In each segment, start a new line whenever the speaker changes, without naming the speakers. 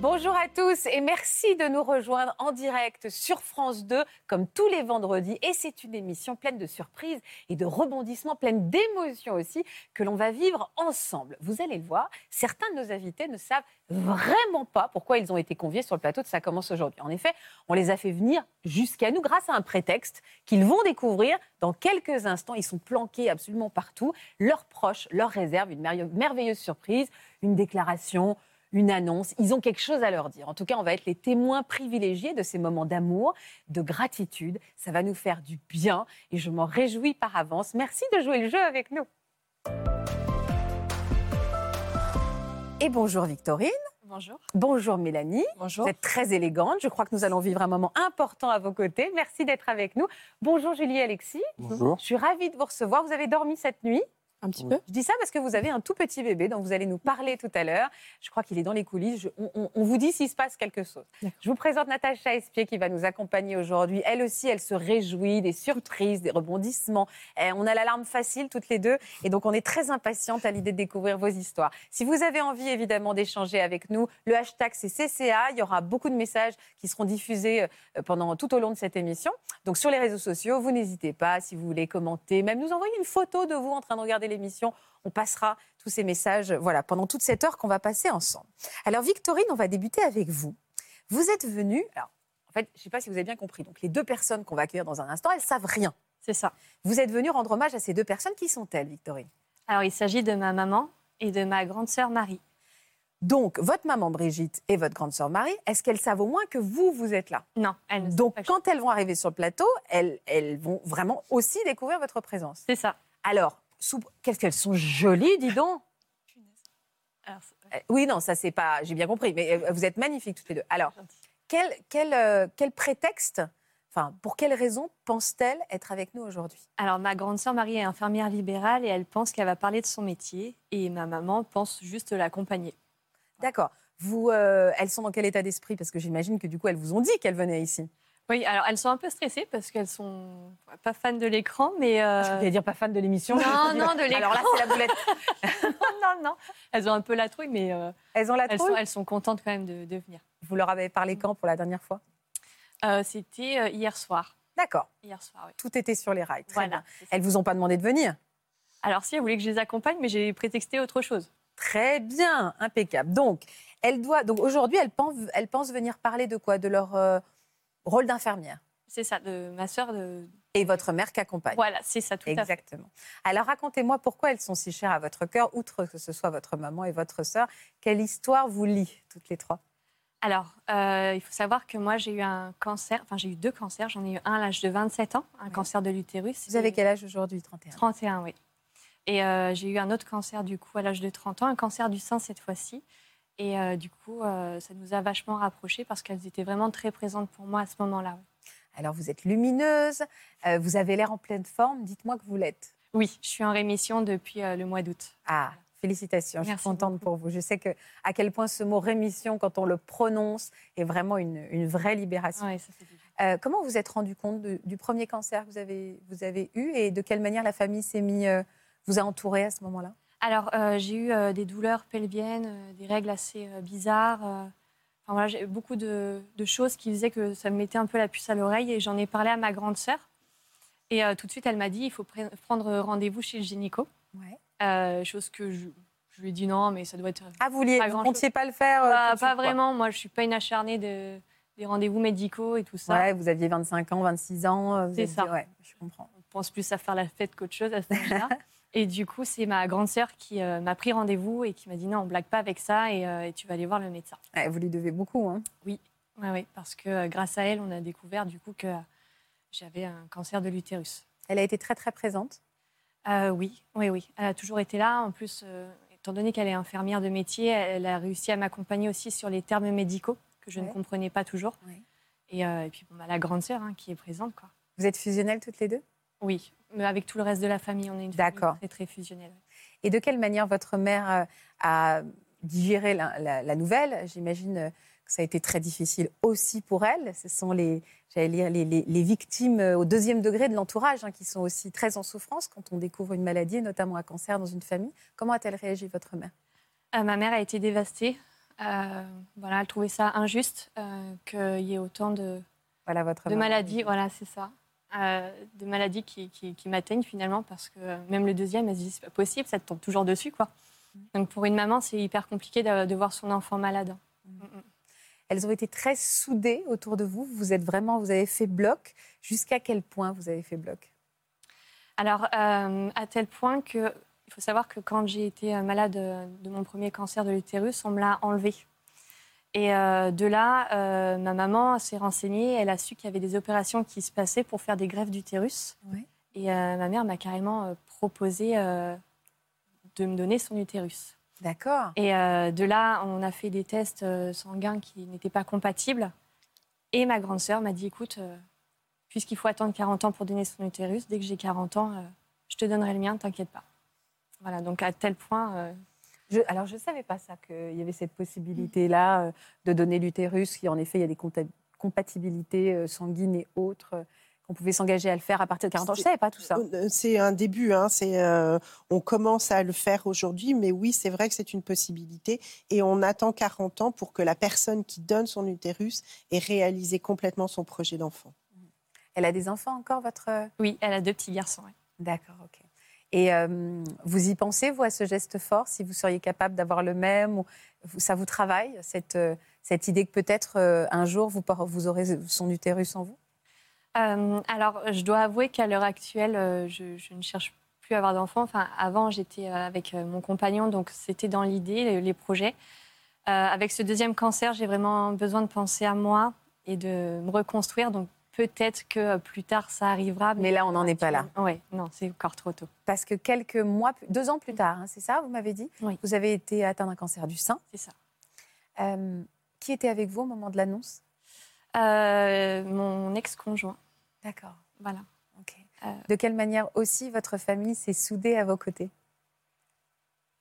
Bonjour à tous et merci de nous rejoindre en direct sur France 2 comme tous les vendredis. Et c'est une émission pleine de surprises et de rebondissements, pleine d'émotions aussi que l'on va vivre ensemble. Vous allez le voir, certains de nos invités ne savent vraiment pas pourquoi ils ont été conviés sur le plateau de Ça commence aujourd'hui. En effet, on les a fait venir jusqu'à nous grâce à un prétexte qu'ils vont découvrir dans quelques instants. Ils sont planqués absolument partout. Leurs proches leur réservent une merveille- merveilleuse surprise, une déclaration une annonce, ils ont quelque chose à leur dire. En tout cas, on va être les témoins privilégiés de ces moments d'amour, de gratitude. Ça va nous faire du bien et je m'en réjouis par avance. Merci de jouer le jeu avec nous. Et bonjour Victorine,
Bonjour.
bonjour Mélanie.
Bonjour.
Vous êtes très élégante. Je crois que nous allons vivre un moment important à vos côtés. Merci d'être avec nous. Bonjour Julie et Alexis.
Bonjour.
Je suis ravie de vous recevoir. Vous avez dormi cette nuit
Un petit
Oui.
peu
je dis ça parce que vous avez un tout petit bébé dont vous allez nous parler tout à l'heure. Je crois qu'il est dans les coulisses. Je- on, on- on vous dit s'il se passe quelque chose.
D'accord.
Je vous présente Natacha Espier qui va nous accompagner aujourd'hui. Elle aussi, elle se réjouit des surprises, des rebondissements. Eh, on a l'alarme facile toutes les deux et donc on est très impatiente à l'idée de découvrir vos histoires. Si vous avez envie évidemment d'échanger avec nous, le hashtag c'est CCA. Il y aura beaucoup de messages qui seront diffusés euh, pendant tout au long de cette émission. Donc sur les réseaux sociaux, vous n'hésitez pas si vous voulez commenter, même nous envoyer une photo de vous en train de regarder l'émission. On passera tous ces messages euh, voilà, pendant toute cette heure qu'on va passer ensemble. Alors Victorine, on va débuter avec vous. Vous êtes venue, alors en fait, je ne sais pas si vous avez bien compris, donc les deux personnes qu'on va accueillir dans un instant, elles savent rien.
C'est ça.
Vous êtes venue rendre hommage à ces deux personnes. Qui sont-elles, Victorine
Alors, il s'agit de ma maman et de ma grande sœur Marie.
Donc, votre maman Brigitte et votre grande sœur Marie, est-ce qu'elles savent au moins que vous, vous êtes là
Non, elle ne sait
Donc,
pas que-
quand elles vont arriver sur le plateau, elles, elles vont vraiment aussi découvrir votre présence.
C'est ça.
Alors, sous- qu'est-ce qu'elles sont jolies, dis donc
Alors, c'est-
Euh, Oui, non, ça c'est pas... J'ai bien compris, mais euh, vous êtes magnifiques toutes les deux. Alors,
Gentil.
quel, quel, euh, quel prétexte, enfin, pour quelle raison pense-t-elle être avec nous aujourd'hui
Alors, ma grande sœur Marie est infirmière libérale et elle pense qu'elle va parler de son métier. Et ma maman pense juste l'accompagner.
D'accord. Vous, euh, elles sont dans quel état d'esprit Parce que j'imagine que du coup, elles vous ont dit qu'elles venaient ici.
Oui, alors elles sont un peu stressées parce qu'elles sont pas fans de l'écran, mais. euh,
Je voulais dire pas fan de l'émission.
Non, non, de l'écran.
Alors là, c'est la boulette.
non, non. Elles ont un peu la trouille, mais euh,
Elles ont la
elles,
trouille.
sont, elles sont contentes quand même de, de venir.
Vous leur avez parlé quand pour la dernière fois
Euh, C'était euh, hier soir.
D'accord.
Hier soir, oui.
Tout était sur les rails. Très bien.
Voilà. c'est ça.
Elles vous ont pas demandé de venir
Alors, si, elle voulait que je les accompagne, mais j'ai prétexté autre chose.
Très bien, impeccable. Donc, elle doit. Donc aujourd'hui, elle pense, elle pense venir parler de quoi De leur euh, rôle d'infirmière.
C'est ça, de ma sœur. De...
Et votre mère qu'accompagne.
Voilà, c'est ça, tout à fait.
Exactement. Alors racontez-moi pourquoi elles sont si chères à votre cœur, outre que ce soit votre maman et votre sœur. Quelle histoire vous lie toutes les trois
Alors, euh, il faut savoir que moi, j'ai eu un cancer, enfin, j'ai eu deux cancers. J'en ai eu un à l'âge de 27 ans, un
Oui.
cancer de l'utérus.
Vous avez
et-
quel âge aujourd'hui 31.
31, oui. Et euh, j'ai eu un autre cancer, du coup, à l'âge de 30 ans, un cancer du sein cette fois-ci. Et euh, du coup, euh, ça nous a vachement rapprochés parce qu'elles étaient vraiment très présentes pour moi à ce moment-là. oui.
Alors vous êtes lumineuse, euh, vous avez l'air en pleine forme. Dites-moi que vous l'êtes.
Oui, je suis en rémission depuis euh, le mois d'août.
Ah, félicitations, je suis
Merci
contente pour vous. Je sais que, à quel point ce mot rémission, quand on le prononce, est vraiment une, une vraie libération.
Ouais, ça fait du bien.
Euh, comment vous vous êtes rendu compte de- du premier cancer que vous avez, vous avez eu et de quelle manière la famille s'est mis, euh, vous a entouré à ce moment-là
Alors, euh, j'ai eu euh, des douleurs pelviennes, euh, des règles assez euh, bizarres. euh, enfin, voilà, j'ai eu beaucoup de, de choses qui faisaient que ça me mettait un peu la puce à l'oreille. Et j'en ai parlé à ma grande sœur. Et euh, tout de suite, elle m'a dit il faut pre- prendre rendez-vous chez le gynéco.
ouais.
Euh, chose que je, je lui ai dit non, mais ça doit être. euh,
Ah, vous ne
Pas
vous
grand-chose.
comptiez pas le faire euh,
pas
tout de suite,
pas
quoi.
vraiment. Moi, je suis pas une acharnée de, des rendez-vous médicaux et tout ça.
Ouais, vous aviez 25 ans, 26 ans. euh, vous
C'est
êtes dit,
ça.
ouais, je comprends.
on pense plus à faire la fête qu'autre chose à ce moment-là. et du coup, c'est ma grande sœur qui euh, m'a pris rendez-vous et qui m'a dit non, on blague pas avec ça et, euh, et tu vas aller voir le médecin.
Ouais, vous lui devez beaucoup. hein.
Oui, oui, parce que euh, grâce à elle, on a découvert du coup que euh, j'avais un cancer de l'utérus.
Elle a été très, très présente.
Euh, oui, oui, oui. Elle a toujours été là. En plus, euh, étant donné qu'elle est infirmière de métier, elle a réussi à m'accompagner aussi sur les termes médicaux que je
Ouais.
ne comprenais pas toujours.
Ouais.
Et, euh, et puis bon, bah, la grande sœur hein, qui est présente. Quoi.
Vous êtes fusionnelles toutes les deux
Oui, mais avec tout le reste de la famille, on est une
D'accord.
famille très, très fusionnelle.
Et de quelle manière votre mère euh, a digéré la, la- la nouvelle J'imagine euh, que ça a été très difficile aussi pour elle. Ce sont les, j'allais lire, les, les- les victimes euh, au deuxième degré de l'entourage hein, qui sont aussi très en souffrance quand on découvre une maladie, et notamment un cancer dans une famille. Comment a-t-elle réagi, votre mère
Euh, ma mère a été dévastée. Euh, voilà, elle trouvait ça injuste euh, qu'il y ait autant de,
Voilà votre
de
maman.
maladies, voilà, c'est ça. Euh, de maladies qui, qui- qui m'atteignent finalement, parce que même le deuxième, elle se dit, c'est pas possible, ça te tombe toujours dessus, quoi.
Mm.
Donc pour une maman, c'est hyper compliqué de, de voir son enfant malade.
Elles ont été très soudées autour de vous. Vous êtes vraiment, vous avez fait bloc. Jusqu'à quel point vous avez fait bloc
Alors, euh, à tel point que, il faut savoir que quand j'ai été euh, malade euh, de mon premier cancer de l'utérus, on me l'a enlevé. Et euh, de là, euh, ma maman s'est renseignée, elle a su qu'il y avait des opérations qui se passaient pour faire des greffes d'utérus.
Ouais.
Et euh, ma mère m'a carrément euh, proposé euh, de me donner son utérus.
D'accord.
Et euh, de là, on a fait des tests euh, sanguins qui n'étaient pas compatibles. Et ma grande sœur m'a dit, écoute, euh, puisqu'il faut attendre 40 ans pour donner son utérus, dès que j'ai 40 ans, euh, je te donnerai le mien, t'inquiète pas. Voilà, donc à tel point, euh,
Je- alors, je ne savais pas ça, qu'il y avait cette possibilité-là euh, de donner l'utérus, qui en effet, il y a des compta- compatibilités euh, sanguines et autres, euh, qu'on pouvait s'engager à le faire à partir de 40 ans. Je ne
C'est-
savais pas tout ça.
Euh, C'est un début, hein, c'est, euh, on commence à le faire aujourd'hui, mais oui, c'est vrai que c'est une possibilité et on attend 40 ans pour que la personne qui donne son utérus ait réalisé complètement son projet d'enfant.
Elle a des enfants encore,
euh,
votre
oui, elle a deux petits garçons. ouais.
D'accord, ok. Et euh, vous y pensez, vous, à ce geste fort, si vous seriez capable d'avoir le même ou, vous- Ça vous travaille, cette, euh, cette idée que peut-être euh, un jour, vous, par- vous aurez son utérus en vous
Euh, alors, je dois avouer qu'à l'heure actuelle, euh, je, je ne cherche plus à avoir d'enfants. Enfin, avant, j'étais euh, avec euh, mon compagnon, donc c'était dans l'idée, les, les projets. Euh, avec ce deuxième cancer, j'ai vraiment besoin de penser à moi et de me reconstruire. Donc, peut-être que euh, plus tard, ça arrivera.
Mais là, on n'en est pas là.
Oui, non, c'est encore trop tôt.
Parce que quelques mois, plus- deux ans plus tard, hein, c'est ça, vous m'avez dit
Oui.
Vous avez été atteint d'un cancer du sein.
C'est ça.
Euh, qui était avec vous au moment de l'annonce
Euh, mon ex-conjoint,
D'accord,
voilà.
ok.
Euh,
De quelle manière aussi votre famille s'est soudée à vos côtés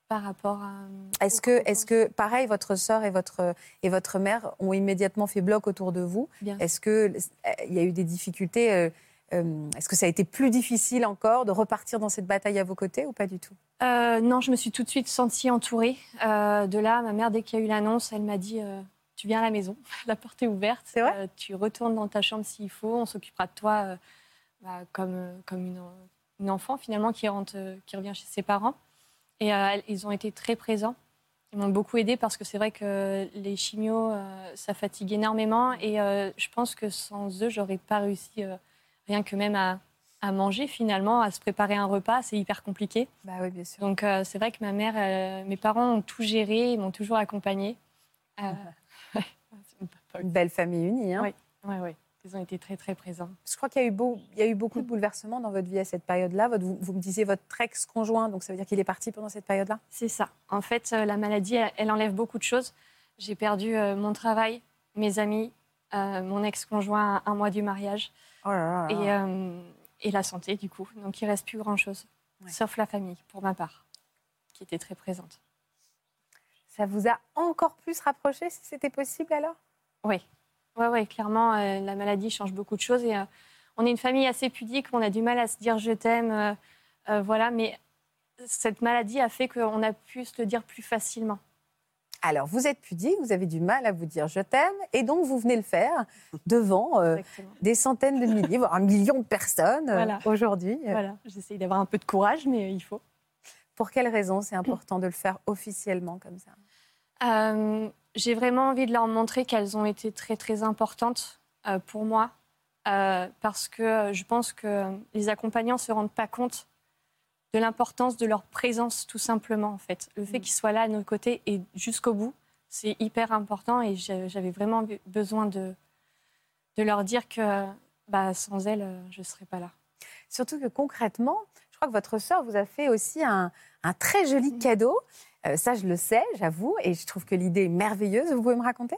Par rapport à. euh,
Est-ce que, est que, pareil, votre sœur et votre, et votre mère ont immédiatement fait bloc autour de vous
Bien
Est-ce qu'il y a eu des difficultés euh, euh, Est-ce que ça a été plus difficile encore de repartir dans cette bataille à vos côtés ou pas du tout
Euh, non, je me suis tout de suite sentie entourée. Euh, de là, ma mère, dès qu'il y a eu l'annonce, elle m'a dit euh, Tu viens à la maison, la porte est ouverte.
C'est vrai
Euh, tu retournes dans ta chambre s'il faut, on s'occupera de toi euh, bah, comme, euh, comme une, en- une enfant finalement qui, rentre, euh, qui revient chez ses parents. Et euh, elles- ils ont été très présents. Ils m'ont beaucoup aidée parce que c'est vrai que les chimios, euh, ça fatigue énormément. Et euh, je pense que sans eux, j'aurais pas réussi euh, rien que même à, à manger finalement, à se préparer un repas. C'est hyper compliqué.
Bah oui, bien sûr.
Donc euh, c'est vrai que ma mère, euh, mes parents ont tout géré, ils m'ont toujours accompagnée. Euh, ouais, c'est mon papa
Une belle famille unie. hein.
Oui. aussi. Ouais, ouais. Ils ont été très très présents.
Je crois qu'il y, a eu beau- il y a eu beaucoup de bouleversements dans votre vie à cette période-là. Votre- Vous, vous me disiez votre ex-conjoint, donc ça veut dire qu'il est parti pendant cette période-là
C'est ça. En fait, euh, la maladie, elle, elle enlève beaucoup de choses. J'ai perdu euh, mon travail, mes amis, euh, mon ex-conjoint à un mois du mariage
Oh là là là.
et, euh, et la santé du coup. Donc il reste plus grand-chose,
Ouais.
sauf la famille pour ma part, qui était très présente.
Ça vous a encore plus rapproché, si c'était possible alors
Oui, ouais, ouais, clairement, euh, la maladie change beaucoup de choses. Et, euh, on est une famille assez pudique, on a du mal à se dire je t'aime, euh, euh, voilà, mais cette maladie a fait qu'on a pu se le dire plus facilement.
Alors, vous êtes pudique, vous avez du mal à vous dire je t'aime, et donc vous venez le faire devant euh,
Exactement.
des centaines de milliers, voire un million de personnes euh,
Voilà.
aujourd'hui.
Voilà, j'essaye d'avoir un peu de courage, mais euh, il faut.
Pour quelle raison c'est important de le faire officiellement comme ça
Euh, j'ai vraiment envie de leur montrer qu'elles ont été très très importantes euh, pour moi euh, parce que euh, je pense que les accompagnants se rendent pas compte de l'importance de leur présence tout simplement en fait. Le fait
Mhm.
qu'ils soient là à nos côtés et jusqu'au bout, c'est hyper important et j'ai- j'avais vraiment be- besoin de, de leur dire que bah, sans elles, euh, je serais pas là.
Surtout que concrètement, je crois que votre sœur vous a fait aussi un, un très joli cadeau. Euh, ça, je le sais, j'avoue, et je trouve que l'idée est merveilleuse. Vous pouvez me raconter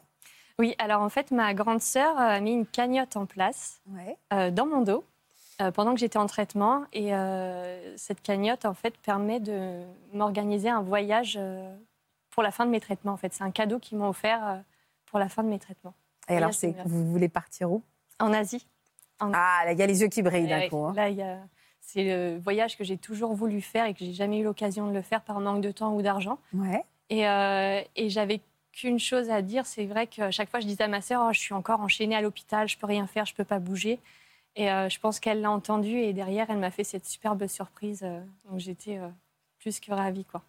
Oui, alors en fait, ma grande sœur a mis une cagnotte en place
Ouais.
euh, dans mon dos euh, pendant que j'étais en traitement. Et euh, cette cagnotte, en fait, permet de m'organiser un voyage euh, pour la fin de mes traitements. En fait, c'est un cadeau qu'ils m'ont offert euh, pour la fin de mes traitements.
Et alors,
Voyage
c'est,
familial.
vous voulez partir où
En Asie.
Ah, là, il y a les yeux qui brillent d'un
Ouais,
coup. hein.
Là, il y a- c'est le voyage que j'ai toujours voulu faire et que j'ai jamais eu l'occasion de le faire par manque de temps ou d'argent.
Ouais.
Et, euh, et j'avais qu'une chose à dire. C'est vrai que chaque fois, je disais à ma sœur, Oh, je suis encore enchaînée à l'hôpital, je peux rien faire, je peux pas bouger. Et euh, je pense qu'elle l'a entendu et derrière, elle m'a fait cette superbe surprise. euh, donc j'étais euh, plus que ravie, quoi.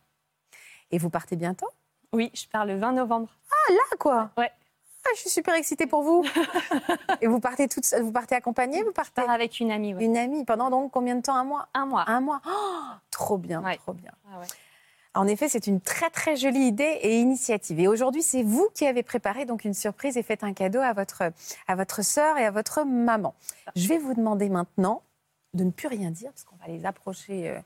Et vous partez bientôt
Oui, je pars le 20 novembre.
Ah quoi
Ouais.
Ah, je suis super excitée pour vous. Et vous partez toute seule, vous partez accompagnée, vous
Je
partez
pars avec une amie, ouais.
une amie pendant donc combien de temps Un mois.
un mois.
Un mois. Oh, trop bien,
Ouais.
trop bien.
Ah ouais.
En effet, c'est une très très jolie idée et initiative. Et aujourd'hui, c'est vous qui avez préparé donc une surprise et fait un cadeau à votre à votre sœur et à votre maman. Je vais vous demander maintenant de ne plus rien dire parce qu'on va les approcher euh,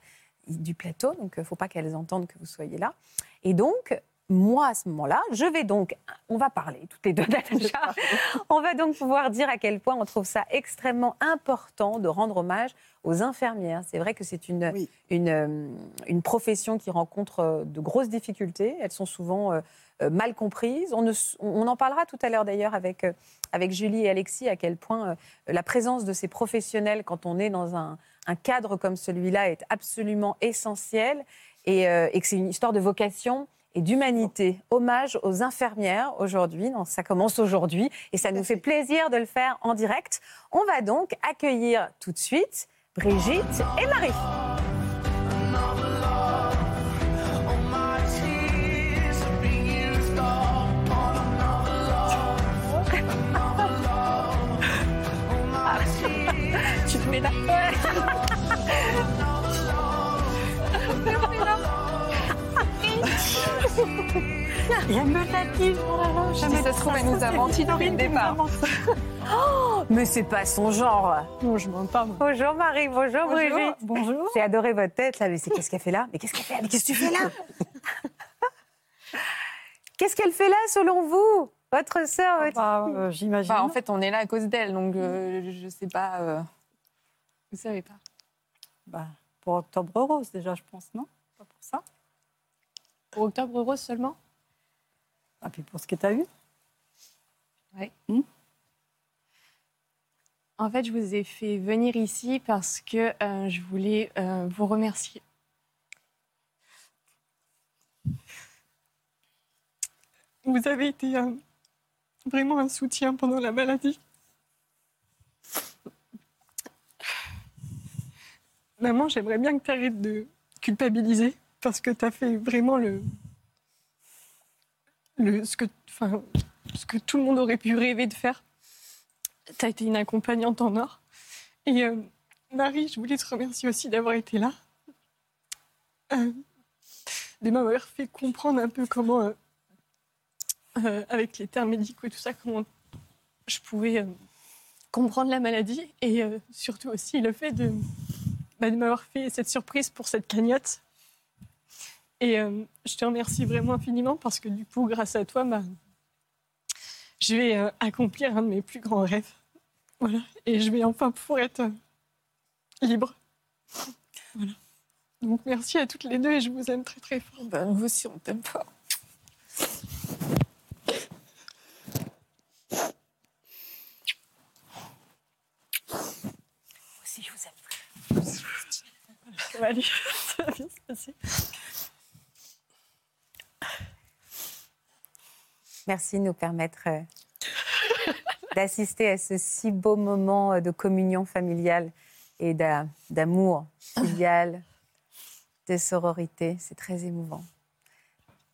du plateau, donc il faut pas qu'elles entendent que vous soyez là. Et donc moi, à ce moment-là, je vais donc, on va parler toutes les deux, Natacha. On va donc pouvoir dire à quel point on trouve ça extrêmement important de rendre hommage aux infirmières. C'est vrai que c'est une,
Oui.
une, euh, une profession qui rencontre euh, de grosses difficultés. Elles sont souvent euh, euh, mal comprises. On, ne s- on en parlera tout à l'heure d'ailleurs avec, euh, avec Julie et Alexis à quel point euh, la présence de ces professionnels quand on est dans un, un cadre comme celui-là est absolument essentielle et, euh, et que c'est une histoire de vocation et d'humanité. Hommage aux infirmières aujourd'hui. Non, Ça commence aujourd'hui et ça
Tout à
nous fait
fait.
plaisir de le faire en direct. On va donc accueillir tout de suite Brigitte et Marie.
Tu te mets là. Elle me fatigue,
oh
vraiment.
Si ça se trouve, elle nous a menti depuis le départ.
Mais c'est pas son genre.
Non, je mens pas, moi.
Bonjour Marie, bonjour, Brigitte.
bonjour.
J'ai adoré votre tête là, mais c'est qu'est-ce qu'elle fait là Mais qu'est-ce qu'elle fait là Mais qu'est-ce que tu fais là Qu'est-ce qu'elle fait là selon vous Votre sœur votre-
Bah, euh, J'imagine.
Bah, en fait, on est là à cause d'elle, donc euh, je sais pas. euh,
vous savez pas.
Bah, pour Octobre Rose, déjà, je pense, non Pas pour ça.
Pour Octobre Rose seulement
Ah, puis pour ce que tu as eu.
Hmm
En fait, je vous ai fait venir ici parce que euh, je voulais euh, vous remercier. Vous avez été un- vraiment un soutien pendant la maladie. Maman, j'aimerais bien que tu arrêtes de culpabiliser parce que tu as fait vraiment le, le ce, que, enfin, ce que tout le monde aurait pu rêver de faire. Tu as été une accompagnante en or. Et euh, Marie, je voulais te remercier aussi d'avoir été là. Euh, de m'avoir fait comprendre un peu comment, euh, euh, avec les termes médicaux et tout ça, comment je pouvais euh, comprendre la maladie. Et euh, surtout aussi le fait de, bah, de m'avoir fait cette surprise pour cette cagnotte. Et euh, je te remercie vraiment infiniment parce que du coup, grâce à toi, bah, je vais euh, accomplir un de mes plus grands rêves. Voilà. Et je vais enfin pouvoir être euh, libre. Voilà. Donc merci à toutes les deux et je vous aime très très fort.
bah, nous aussi, on t'aime pas.
Si je vous aime.
Ça va aller. Ça va bien se passer.
Merci de nous permettre euh, d'assister à ce si beau moment euh, de communion familiale et d'a- d'amour filial, de sororité. C'est très émouvant.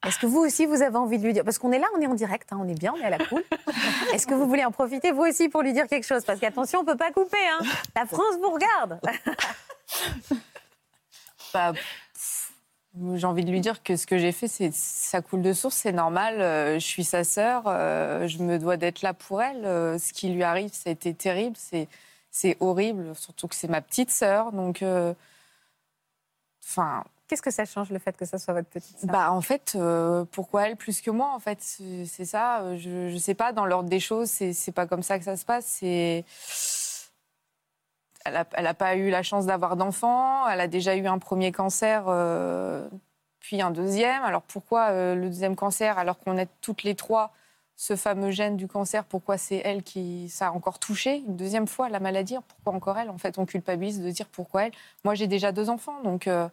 Est-ce que vous aussi, vous avez envie de lui dire Parce qu'on est là, on est en direct, hein, on est bien, on est à la cool. Est-ce que vous voulez en profiter, vous aussi, pour lui dire quelque chose Parce qu'attention, on ne peut pas couper. hein. La France vous regarde.
Bah, pff, j'ai envie de lui dire que ce que j'ai fait, c'est ça coule de source, c'est normal. euh, je suis sa sœur, euh, je me dois d'être là pour elle. euh, ce qui lui arrive, ça a été terrible, c'est c'est horrible, surtout que c'est ma petite sœur. Donc, euh, enfin,
Qu'est-ce que ça change le fait que ça soit votre petite sœur
Bah en fait, euh, pourquoi elle plus que moi En fait, c'est c'est ça. euh, Je, je sais pas. Dans l'ordre des choses, c'est c'est pas comme ça que ça se passe. C'est elle a, elle a pas eu la chance d'avoir d'enfant. Elle a déjà eu un premier cancer, euh, puis un deuxième. Alors pourquoi euh, le deuxième cancer alors qu'on a toutes les trois ce fameux gène du cancer Pourquoi c'est elle qui ça a encore touché une deuxième fois la maladie Pourquoi encore elle En fait, on culpabilise de dire pourquoi elle. Moi, j'ai déjà deux enfants, donc. euh,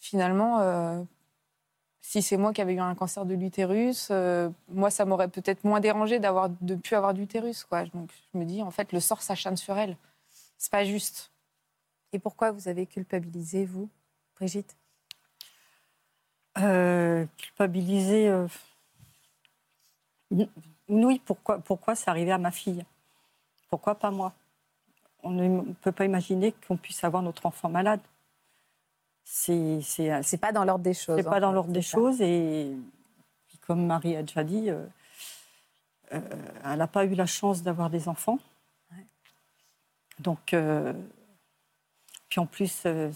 Finalement, euh, si c'est moi qui avais eu un cancer de l'utérus, euh, moi, ça m'aurait peut-être moins dérangé d'avoir de plus avoir d'utérus. Quoi. Donc, je me dis, en fait, le sort s'acharne sur elle. C'est pas juste.
Et pourquoi vous avez culpabilisé, vous, Brigitte
Euh, culpabiliser. euh, n- Oui, pourquoi, pourquoi c'est arrivé à ma fille Pourquoi pas moi On ne peut pas imaginer qu'on puisse avoir notre enfant malade. C'est c'est un-
C'est pas dans l'ordre des choses.
C'est
en
pas dans
fait,
l'ordre des
c'est ça.
choses. Et puis comme Marie a déjà dit, euh, euh, elle n'a pas eu la chance d'avoir des enfants. Donc, euh, puis en plus, euh,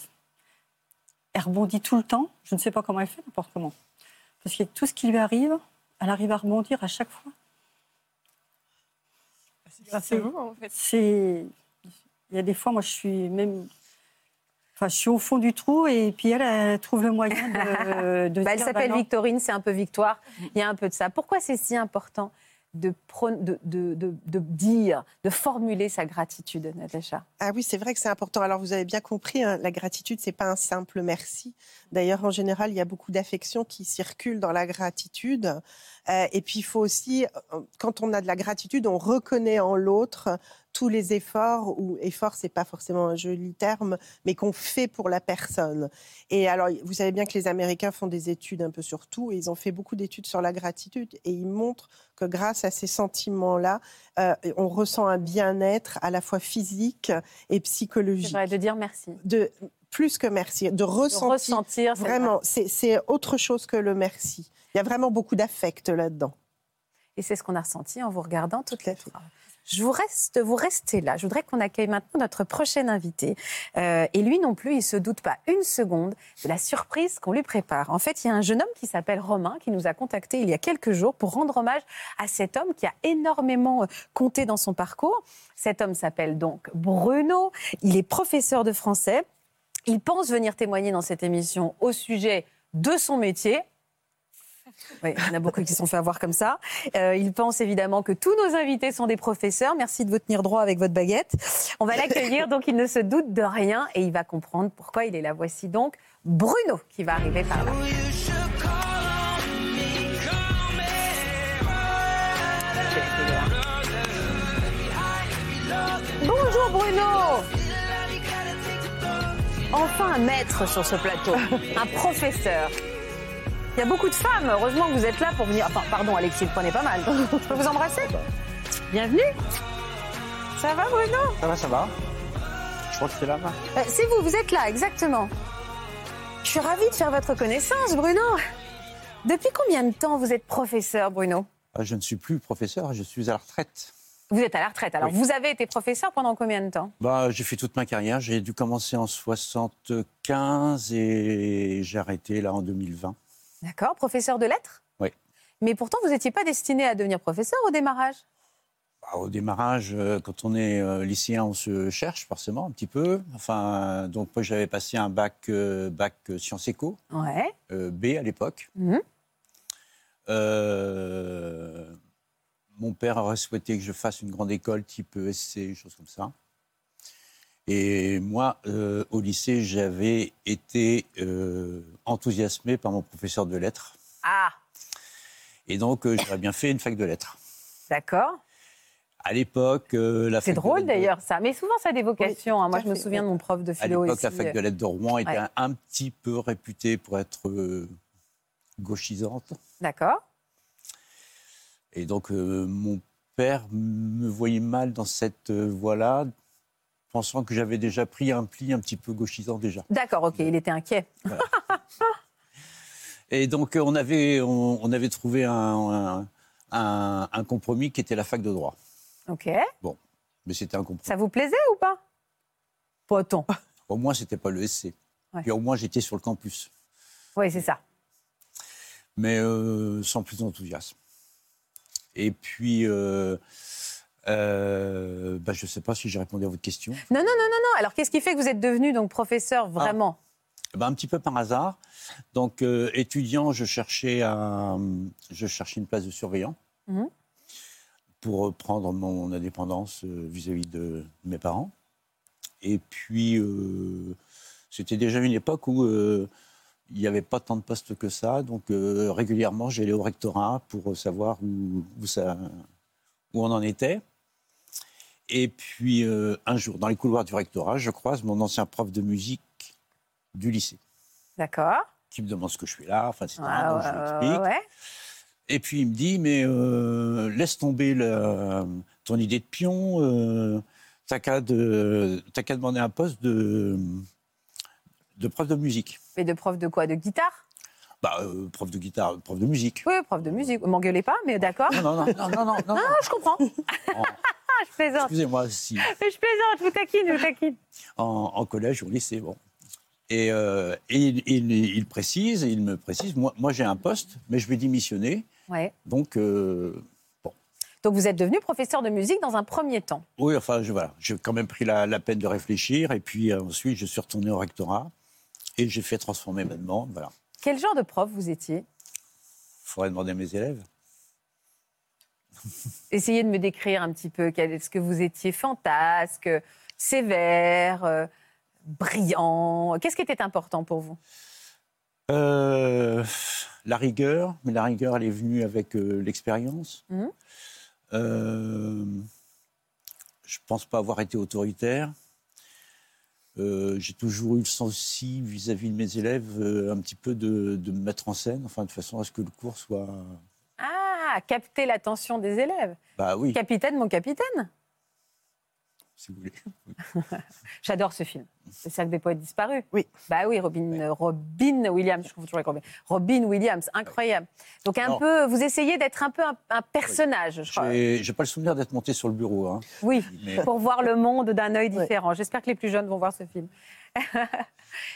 elle rebondit tout le temps. Je ne sais pas comment elle fait, n'importe comment. Parce que tout ce qui lui arrive, elle arrive à rebondir à chaque fois.
C'est vous, en fait.
C'est, il y a des fois, moi, je suis même, enfin, je suis au fond du trou et puis elle, elle trouve le moyen de. de
Bah, elle
dire, bah
s'appelle
non.
Victorine, c'est un peu victoire. Il y a un peu de ça. Pourquoi c'est si important de, pro- de, de- de- de dire, de formuler sa gratitude, Natacha
Ah oui, c'est vrai que c'est important. Alors vous avez bien compris, hein, la gratitude, c'est pas un simple merci. D'ailleurs, en général, il y a beaucoup d'affections qui circulent dans la gratitude. Euh, et puis, il faut aussi, euh, quand on a de la gratitude, on reconnaît en l'autre tous les efforts ou efforts, c'est pas forcément un joli terme, mais qu'on fait pour la personne. Et alors, vous savez bien que les Américains font des études un peu sur tout, et ils ont fait beaucoup d'études sur la gratitude, et ils montrent que grâce à ces sentiments-là, euh, on ressent un bien-être à la fois physique et
C'est
psychologique.
vrai, de dire merci.
De plus que merci, de
De
ressentir.
ressentir. c'est vrai.
Vraiment, c'est c'est autre chose que le merci. Il y a vraiment beaucoup d'affect là-dedans.
Et c'est ce qu'on a ressenti en vous regardant toutes
Tout à
les
fait.
trois. Je vous reste, vous restez là. Je voudrais qu'on accueille maintenant notre prochain invité. Euh, et lui non plus, il se doute pas une seconde de la surprise qu'on lui prépare. En fait, il y a un jeune homme qui s'appelle Romain qui nous a contacté il y a quelques jours pour rendre hommage à cet homme qui a énormément euh, compté dans son parcours. Cet homme s'appelle donc Bruno. Il est professeur de français. Il pense venir témoigner dans cette émission au sujet de son métier. Oui, il y en a beaucoup qui se sont fait avoir comme ça. Euh, il pense évidemment que tous nos invités sont des professeurs. Merci de vous tenir droit avec votre baguette. On va l'accueillir, donc il ne se doute de rien et il va comprendre pourquoi il est là. Voici donc Bruno qui va arriver par là. Bonjour Bruno Enfin un maître sur ce plateau, un professeur. Il y a beaucoup de femmes. Heureusement que vous êtes là pour venir. Enfin, pardon, Alexis, le prenez pas mal. Je peux vous embrasser Bienvenue. Ça va, Bruno
Ça va, ça va. Je crois que c'est là.
Euh, C'est vous, vous êtes là, exactement. Je suis ravie de faire votre connaissance, Bruno. Depuis combien de temps vous êtes professeur, Bruno
Euh, Je ne suis plus professeur, je suis à la retraite.
Vous êtes à la retraite. Alors,
Oui.
vous avez été professeur pendant combien de temps
Bah, j'ai fait toute ma carrière. J'ai dû commencer en 75 et j'ai arrêté là en 2020.
D'accord, professeur de lettres
Oui.
Mais pourtant, vous n'étiez pas destiné à devenir professeur au démarrage.
Bah, au démarrage, euh, quand on est euh, lycéen, on se cherche forcément un petit peu. Enfin, euh, donc moi j'avais passé un bac, euh, bac euh, sciences éco,
Ouais.
euh, B à l'époque.
Mhm.
Euh, mon père aurait souhaité que je fasse une grande école type E ESC, choses comme ça. Et moi, euh, au lycée, j'avais été euh, enthousiasmé par mon professeur de lettres.
Ah,
Et donc, euh, j'aurais bien fait une fac de lettres.
d'accord.
À l'époque, euh, la
C'est
fac de
drôle
lettres de-
d'ailleurs ça, mais souvent ça a des vocations. hein. Moi,
tout
je
à
me
fait,
souviens de mon prof de
À
philo
l'époque, la
ici,
fac de lettres de Rouen était
Ouais.
un, un petit peu réputée pour être euh, gauchisante.
D'accord.
Et donc, euh, mon père me voyait mal dans cette euh, voie-là, pensant que j'avais déjà pris un pli un petit peu gauchisant déjà.
D'accord, ok, il était inquiet.
Et donc, euh, on avait, on, on avait trouvé un, un- un- un compromis qui était la fac de droit.
Ok.
Mais c'était un compromis.
Ça vous plaisait ou pas Pas tant.
Au moins, c'était pas le SC.
Ouais.
Puis au moins, j'étais sur le campus.
Oui, c'est ça.
mais euh, sans plus d'enthousiasme. Et puis, euh, euh, bah, je ne sais pas si j'ai répondu à votre question.
Non, non, non, non, non. Alors, qu'est-ce qui fait que vous êtes devenu donc
Ah.
professeur vraiment
Eh ben, un petit peu par hasard. Donc, euh, étudiant, je cherchais, un, je cherchais une place de surveillant
Mhm.
pour euh, prendre mon indépendance euh, vis-à-vis de mes parents. Et puis, euh, c'était déjà une époque où euh, il n'y avait pas tant de postes que ça. Donc, euh, régulièrement, j'allais au rectorat pour savoir où, où ça, où on en était. Et puis, euh, un jour, dans les couloirs du rectorat, je croise mon ancien prof de musique du lycée,
D'accord.
qui me demande ce que je fais là, enfin, etc.
Ouais,
Donc, Ah, je
ouais,
lui
ouais,
explique.
ouais.
Et puis il me dit, mais euh, laisse tomber le- euh, ton idée de pion, euh, t'as qu'à de- t'as qu'à demander un poste de, de prof de musique.
Mais de prof de quoi De guitare
Bah, euh, prof de guitare, prof de musique.
Oui, prof de musique. M'engueulez pas, mais d'accord.
Non, non, non, non, non, non, non,
Ah, je comprends.
Oh.
Ah, je plaisante.
excusez-moi, si,
Je plaisante, je vous taquine, je vous taquine.
en, en collège ou au lycée, bon. Et, euh, et il, il- il précise, il me précise, moi, moi j'ai un poste, mais je vais démissionner,
Ouais.
donc... euh,
Donc, vous êtes devenu professeur de musique dans un premier temps.
Oui, enfin, je, voilà, j'ai quand même pris la, la peine de réfléchir. Et puis euh, ensuite, je suis retourné au rectorat et j'ai fait transformer ma demande. Voilà,
Quel genre de prof vous étiez
faudrait demander à mes élèves.
Essayez de me décrire un petit peu. quel- Est-ce que vous étiez fantasque, sévère, euh, brillant Qu'est-ce qui était important pour vous
Euh, la rigueur, mais la rigueur, elle est venue avec euh, l'expérience.
Mhm.
Euh, je pense pas avoir été autoritaire. Euh, j'ai toujours eu le sens aussi vis-à-vis de mes élèves, euh, un petit peu de, de me mettre en scène, enfin de façon à ce que le cours soit.
Ah, capter l'attention des élèves.
Bah oui,
Capitaine, mon capitaine.
si vous voulez.
J'adore ce film. Le cercle des poètes disparus.
Oui.
Bah oui, Robin, Robin Williams. Je trouve toujours avec Robin. Robin Williams, incroyable. Donc un
Alors-
peu, vous essayez d'être un peu un, un personnage, je crois.
J'ai j'ai pas le souvenir d'être monté sur le bureau. hein.
Oui.
Mais-
pour voir le monde d'un œil
Ouais.
différent. J'espère que les plus jeunes vont voir ce film.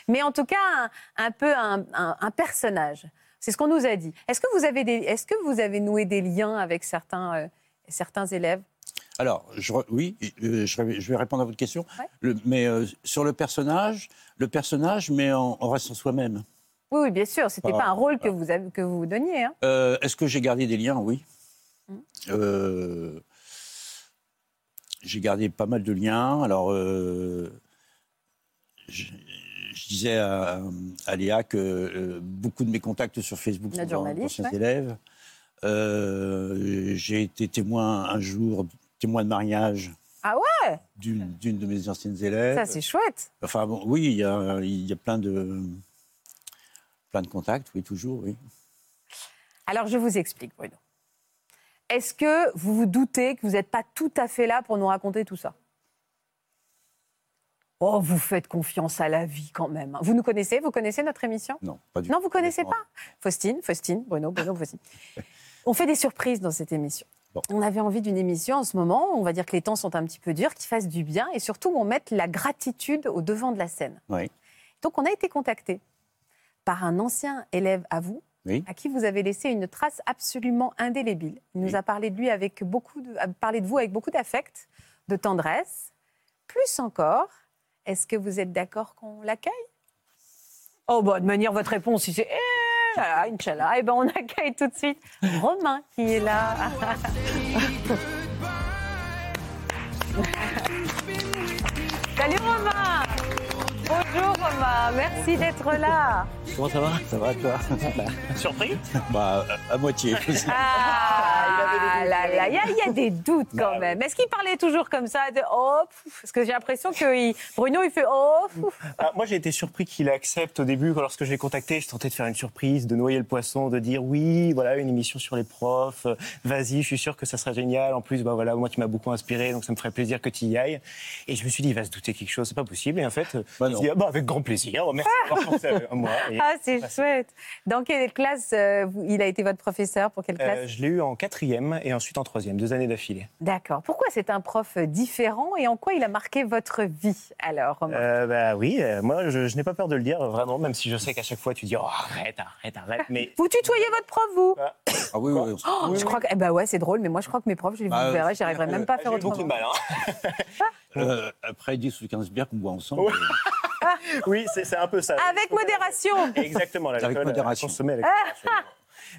Mais en tout cas, un, un peu un, un- un personnage. C'est ce qu'on nous a dit. Est-ce que vous avez des, est-ce que vous avez noué des liens avec certains, euh, certains élèves
Alors, je re- oui, euh, je, ré- je vais répondre à votre question.
Ouais.
Le- mais euh, sur le personnage, le personnage, mais en, en restant soi-même.
Oui, oui, bien sûr. C'était
Pas-
pas un rôle que
pas-
vous avez- que vous donniez. hein.
Euh, Est-ce que j'ai gardé des liens Oui.
Mhm.
Euh, j'ai gardé pas mal de liens. Alors, euh, je, je disais à, à Léa que euh, beaucoup de mes contacts sur Facebook
Notre
sont
journaliste,
d'anciens
ouais.
élèves. Euh, j'ai été témoin un jour, témoin de mariage.
Ah
ouais D'une d'une de mes anciennes élèves.
Ça, c'est chouette.
Enfin bon, oui, il y a, il y a plein de plein de contacts, oui, toujours, oui.
Alors, je vous explique, Bruno. Est-ce que vous vous doutez que vous n'êtes pas tout à fait là pour nous raconter tout ça Oh, vous faites confiance à la vie quand même. hein. Vous nous connaissez Vous connaissez notre émission
Non, pas du
Non, vous connaissez
honnêtement.
Faustine, Faustine, Bruno, Bruno, Faustine. On fait des surprises dans cette émission.
Bon.
On avait envie d'une émission en ce moment, on va dire que les temps sont un petit peu durs, qui fasse du bien et surtout on mette la gratitude au devant de la scène.
Oui.
Donc on a été contacté par un ancien élève à vous,
Oui.
à qui vous avez laissé une trace absolument indélébile. Il nous
Oui.
a parlé de lui avec beaucoup de, a parlé de vous avec beaucoup d'affect, de tendresse. Plus encore, est-ce que vous êtes d'accord qu'on l'accueille Oh bah de manière votre réponse, si c'est eh, là, là, Inch'Allah, eh ben on accueille tout de suite Romain qui est là. Salut Romain Bonjour Romain, merci d'être là.
Comment ça va Ça va, toi
Surpris
Bah, à- à moitié.
Ah, là, là, il y, a- il y a des doutes quand
Bah,
même. Est-ce qu'il parlait toujours comme ça de oh pff Parce que j'ai l'impression que il- Bruno il fait oh pff.
Ah, Moi, j'ai été surpris qu'il accepte au début. quand- Lorsque je l'ai contacté, je tentais de faire une surprise, de noyer le poisson, de dire oui, voilà, une émission sur les profs, euh, vas-y, je suis sûr que ça sera génial. En plus, bah voilà, moi, tu m'as beaucoup inspiré, donc ça me ferait plaisir que tu y ailles. Et je me suis dit, il va se douter quelque chose, c'est pas possible. Et en fait,
Bah
il
non.
se dit, ah, bah, avec grand plaisir, merci oh, d'avoir pensé à moi. Et
Ah, c'est chouette. Dans quelle classe euh, vous- il a été votre professeur Pour quelle classe
Euh, je l'ai eu en quatrième et ensuite en troisième, deux années d'affilée.
D'accord. Pourquoi c'est un prof différent et en quoi il a marqué votre vie alors Romain
Euh, bah oui, euh, moi je, je n'ai pas peur de le dire, euh, vraiment, même si je sais qu'à chaque fois tu dis oh, arrête, arrête, arrête, mais
Vous tutoyez votre prof, vous
Bah,
Ah oui, oui.
Oh, Je crois que. Eh ben ouais, c'est drôle, mais moi je crois que mes profs, je les
Bah,
verrai,
c'est-
j'arriverai même pas à faire
j'ai eu beaucoup
autrement.
de mal. hein.
Euh, après 10 ou 15 bières qu'on boit ensemble.
Ouais. Oui, c'est c'est un peu ça.
Avec modération
Exactement, la
Avec modération.
Consommer avec modération.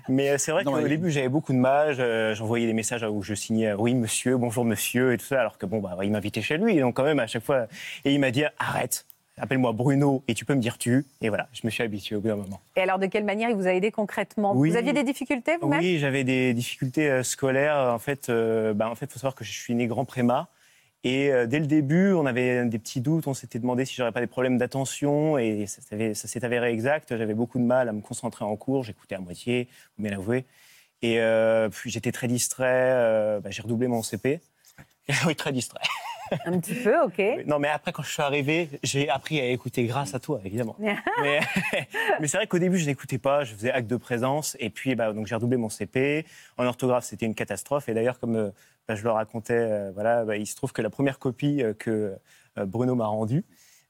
Mais euh, c'est vrai
Non,
qu'au
mais-
début, j'avais beaucoup de mal. je- J'envoyais des messages où je signais euh, oui, monsieur, bonjour, monsieur, et tout ça. Alors que bon, bah, il m'invitait chez lui. Et donc, quand même, à chaque fois. Et il m'a dit arrête, appelle-moi Bruno et tu peux me dire tu. Et voilà, je me suis habitué au bout d'un moment.
Et alors, de quelle manière il vous a aidé concrètement
Oui.
Vous aviez des difficultés vous-même
Oui, j'avais des difficultés euh, scolaires. En fait, euh, bah, en fait, faut savoir que je suis né grand préma. Et euh, dès le début, on avait des petits doutes. On s'était demandé si j'aurais pas des problèmes d'attention. Et ça, s'avait- ça s'est avéré exact. J'avais beaucoup de mal à me concentrer en cours. J'écoutais à moitié, vous bien l'avouer. Et euh, puis j'étais très distrait. euh, bah, j'ai redoublé mon CP. oui, très distrait.
Un petit peu, ok.
Non, mais après, quand je suis arrivé, j'ai appris à écouter grâce à toi, évidemment. mais mais c'est vrai qu'au début, je n'écoutais pas, je faisais acte de présence. Et puis, bah, donc, j'ai redoublé mon CP. En orthographe, c'était une catastrophe. Et d'ailleurs, comme euh, bah, je le racontais, euh, voilà, bah, il se trouve que la première copie euh, que euh, Bruno m'a rendue,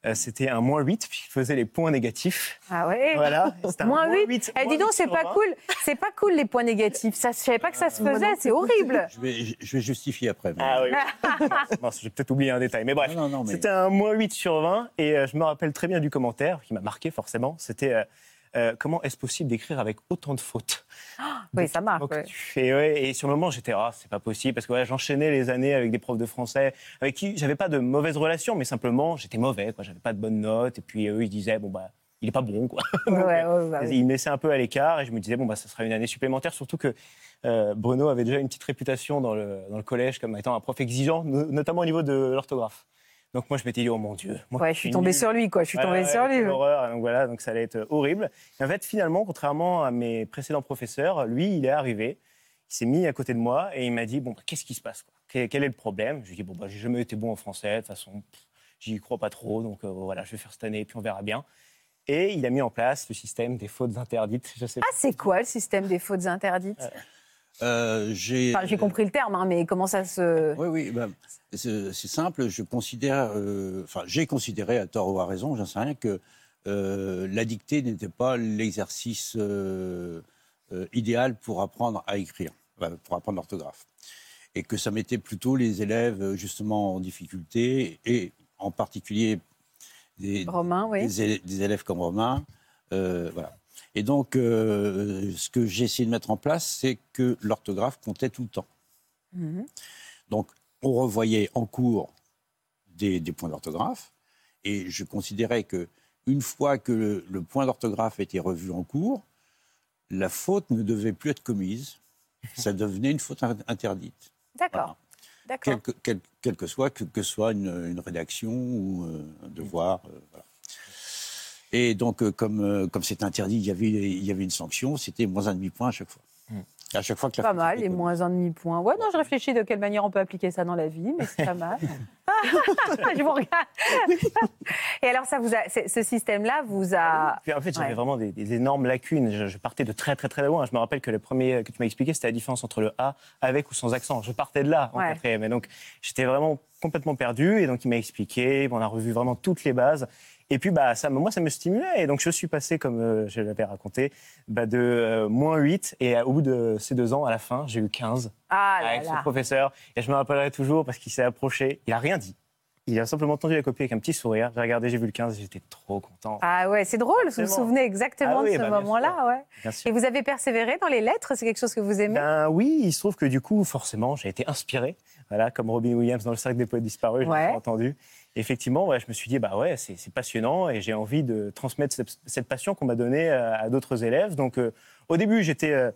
euh, c'était un moins 8, puis il faisait les points négatifs.
Ah ouais
Voilà, c'était un
Moins
moins
8.
huit,
Eh,
moins
dis donc,
huit
c'est
sur
pas
vingt.
cool. C'est pas cool les points négatifs. Ça, je savais pas que ça se faisait. C'est horrible.
Je vais, je vais justifier après. mais-
Ah oui. oui. Mince, j'ai peut-être oublié un détail, mais bref.
Non, non, non, mais-
C'était un moins 8 sur 20 et euh, je me rappelle très bien du commentaire qui m'a marqué forcément. C'était euh, euh, comment est-ce possible d'écrire avec autant de fautes
Oui, ça marche.
Donc,
ouais.
tu- et, ouais, et sur le moment, j'étais, ah, c'est pas possible, parce que voilà, j'enchaînais les années avec des profs de français avec qui j'avais pas de mauvaise relation, mais simplement, j'étais mauvais, quoi. J'avais pas de bonnes notes, et puis eux, ils disaient, bon, bah, il est pas bon, quoi.
Ouais,
Donc, euh,
ouais, ouais, bah ouais.
ils me laissaient un peu à l'écart, et je me disais, bon, bah, ça sera une année supplémentaire, surtout que euh, Bruno avait déjà une petite réputation dans le, dans le collège comme étant un prof exigeant, no- notamment au niveau de l'orthographe. Donc, moi, je m'étais dit, oh mon Dieu. Moi,
Ouais, je suis tombée
nul.
sur lui, quoi. Je suis
Ouais,
tombée
ouais,
sur lui.
quelle
ouais.
horreur. Donc voilà, donc ça allait être horrible. Et en fait, finalement, contrairement à mes précédents professeurs, lui, il est arrivé, il s'est mis à côté de moi et il m'a dit bon, bah, qu'est-ce qui se passe quoi Quel quel est le problème Je lui ai dit bon, bah, j'ai jamais été bon en français, de toute façon, pff, j'y crois pas trop, donc euh, voilà, je vais faire cette année et puis on verra bien. Et il a mis en place le système des fautes interdites. Je sais pas.
Ah, c'est quoi le système des fautes interdites
Euh, j'ai
Enfin, j'ai compris le terme, hein, mais comment ça se.
Oui, oui, ben, c'est c'est simple. Je considère, euh, enfin, j'ai considéré à tort ou à raison, j'en sais rien, que euh, la dictée n'était pas l'exercice euh, euh, idéal pour apprendre à écrire, enfin, pour apprendre l'orthographe, et que ça mettait plutôt les élèves euh, justement en difficulté, et en particulier des,
Romain, oui.
des, élè- des élèves comme Romain. euh, voilà. Et donc, euh, ce que j'ai essayé de mettre en place, c'est que l'orthographe comptait tout le temps.
Mhm.
Donc, on revoyait en cours des, des points d'orthographe, et je considérais que une fois que le, le point d'orthographe était revu en cours, la faute ne devait plus être commise. Ça devenait une faute in- interdite.
D'accord,
Voilà.
d'accord.
Quel que, quel- quel que soit que, que soit une, une rédaction ou euh, un devoir. euh, voilà. Et donc, euh, comme euh, comme c'est interdit, il y avait il y avait une sanction. C'était moins un demi point à chaque fois. À chaque fois que la
Pas
faute
mal,
était
les
commise.
moins un demi-point. Ouais, non, je réfléchis de quelle manière on peut appliquer ça dans la vie, mais c'est pas mal. je vous regarde. Et alors, ça vous a, c'est- ce système-là vous a.
Puis en fait, j'avais
Ouais.
vraiment des, des énormes lacunes. Je, je partais de très, très, très loin. Je me rappelle que le premier que tu m'as expliqué, c'était la différence entre le A avec ou sans accent. Je partais de là en
Ouais.
quatrième. Et donc, j'étais vraiment complètement perdu. Et donc, il m'a expliqué. On a revu vraiment toutes les bases. Et puis, bah, ça, me- moi, ça me stimulait. Et donc, je suis passé, comme euh, je l'avais raconté, bah, de euh, moins 8. Et euh, au bout de ces deux ans, à la fin, j'ai eu 15
Ah là
avec ce
là.
professeur. Et je me rappellerai toujours parce qu'il s'est approché. Il a rien dit. Il a simplement tendu la copie avec un petit sourire. J'ai regardé, j'ai vu le 15. J'étais trop content.
Ah ouais, c'est drôle, vous vous
Forcément.
souvenez exactement
Ah oui,
de ce
bah, bien sûr.
moment-là, ouais.
Bien sûr.
Et vous avez persévéré dans les lettres, c'est quelque chose que vous aimez
Ben oui, il se trouve que du coup, forcément, j'ai été inspiré. Voilà, comme Robin Williams dans le cercle des poètes disparus, j'ai
Ouais.
entendu. Et effectivement, ouais, je me suis dit, bah ouais, c'est c'est passionnant et j'ai envie de transmettre cette, cette passion qu'on m'a donnée euh, à, d'autres élèves. Donc, euh, au début, j'étais euh,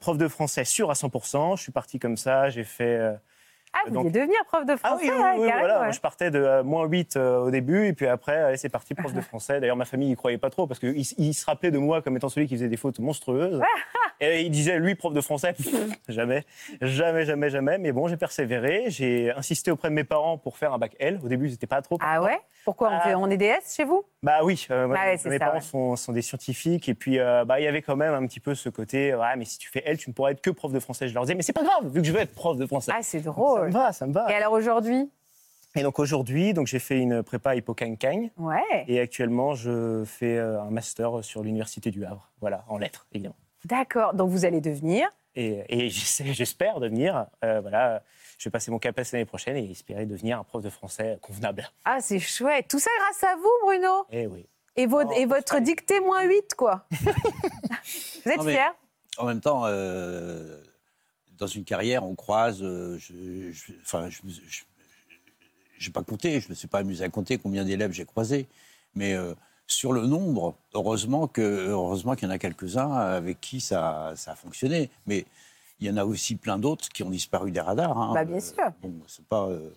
prof de français sûr à 100%. Je suis parti comme ça, j'ai fait. euh,
Ah, vous
Donc-
vouliez devenir prof de
Ah
français
oui, oui,
hein,
oui,
carrément,
voilà.
ouais.
Moi, je partais de euh, moins 8 euh, au début, et puis après, allez, c'est parti, prof de français. D'ailleurs, ma famille n'y croyait pas trop, parce qu'ils ils se rappelaient de moi comme étant celui qui faisait des fautes monstrueuses. et ils disaient, lui, prof de français, pff, jamais, jamais, jamais, jamais. Mais bon, j'ai persévéré, j'ai insisté auprès de mes parents pour faire un bac L. Au début, ils n'étaient pas trop.
Ah ouais Pourquoi on,
Ah.
fait- on est DS chez vous
Bah oui, euh, moi,
Ah ouais,
mes
c'est ça,
parents
ouais.
sont, sont des scientifiques, et puis euh, bah, il y avait quand même un petit peu ce côté, euh, ouais, mais si tu fais L, tu ne pourras être que prof de français. Je leur disais, mais c'est pas grave, vu que je veux être prof de français.
Ah, c'est
ça me
drôle.
va, ça me va.
Et alors aujourd'hui
Et donc aujourd'hui, donc j'ai fait une prépa hippocagne-cagne.
Ouais.
Et actuellement, je fais euh, un master sur l'université du Havre, voilà, en lettres, évidemment.
D'accord. Donc vous allez devenir
Et, et j'essaie- j'espère devenir, euh, voilà, je vais passer mon CAPES l'année prochaine et espérer devenir un prof de français convenable.
Ah, c'est chouette. Tout ça grâce à vous, Bruno.
Eh oui.
Et, vo-
Oh,
et votre
ça y est.
dictée moins 8, quoi. vous êtes
Non, mais-
fiers
En même temps, euh, dans une carrière, on croise. euh, je, je- enfin, je, me- je- j'ai pas compté, je me suis pas amusé à compter combien d'élèves j'ai croisés, mais euh, sur le nombre, heureusement que heureusement qu'il y en a quelques-uns avec qui ça, ça a fonctionné, mais il y en a aussi plein d'autres qui ont disparu des radars. hein.
Bah, bien
Euh,
sûr.
bon, c'est pas euh,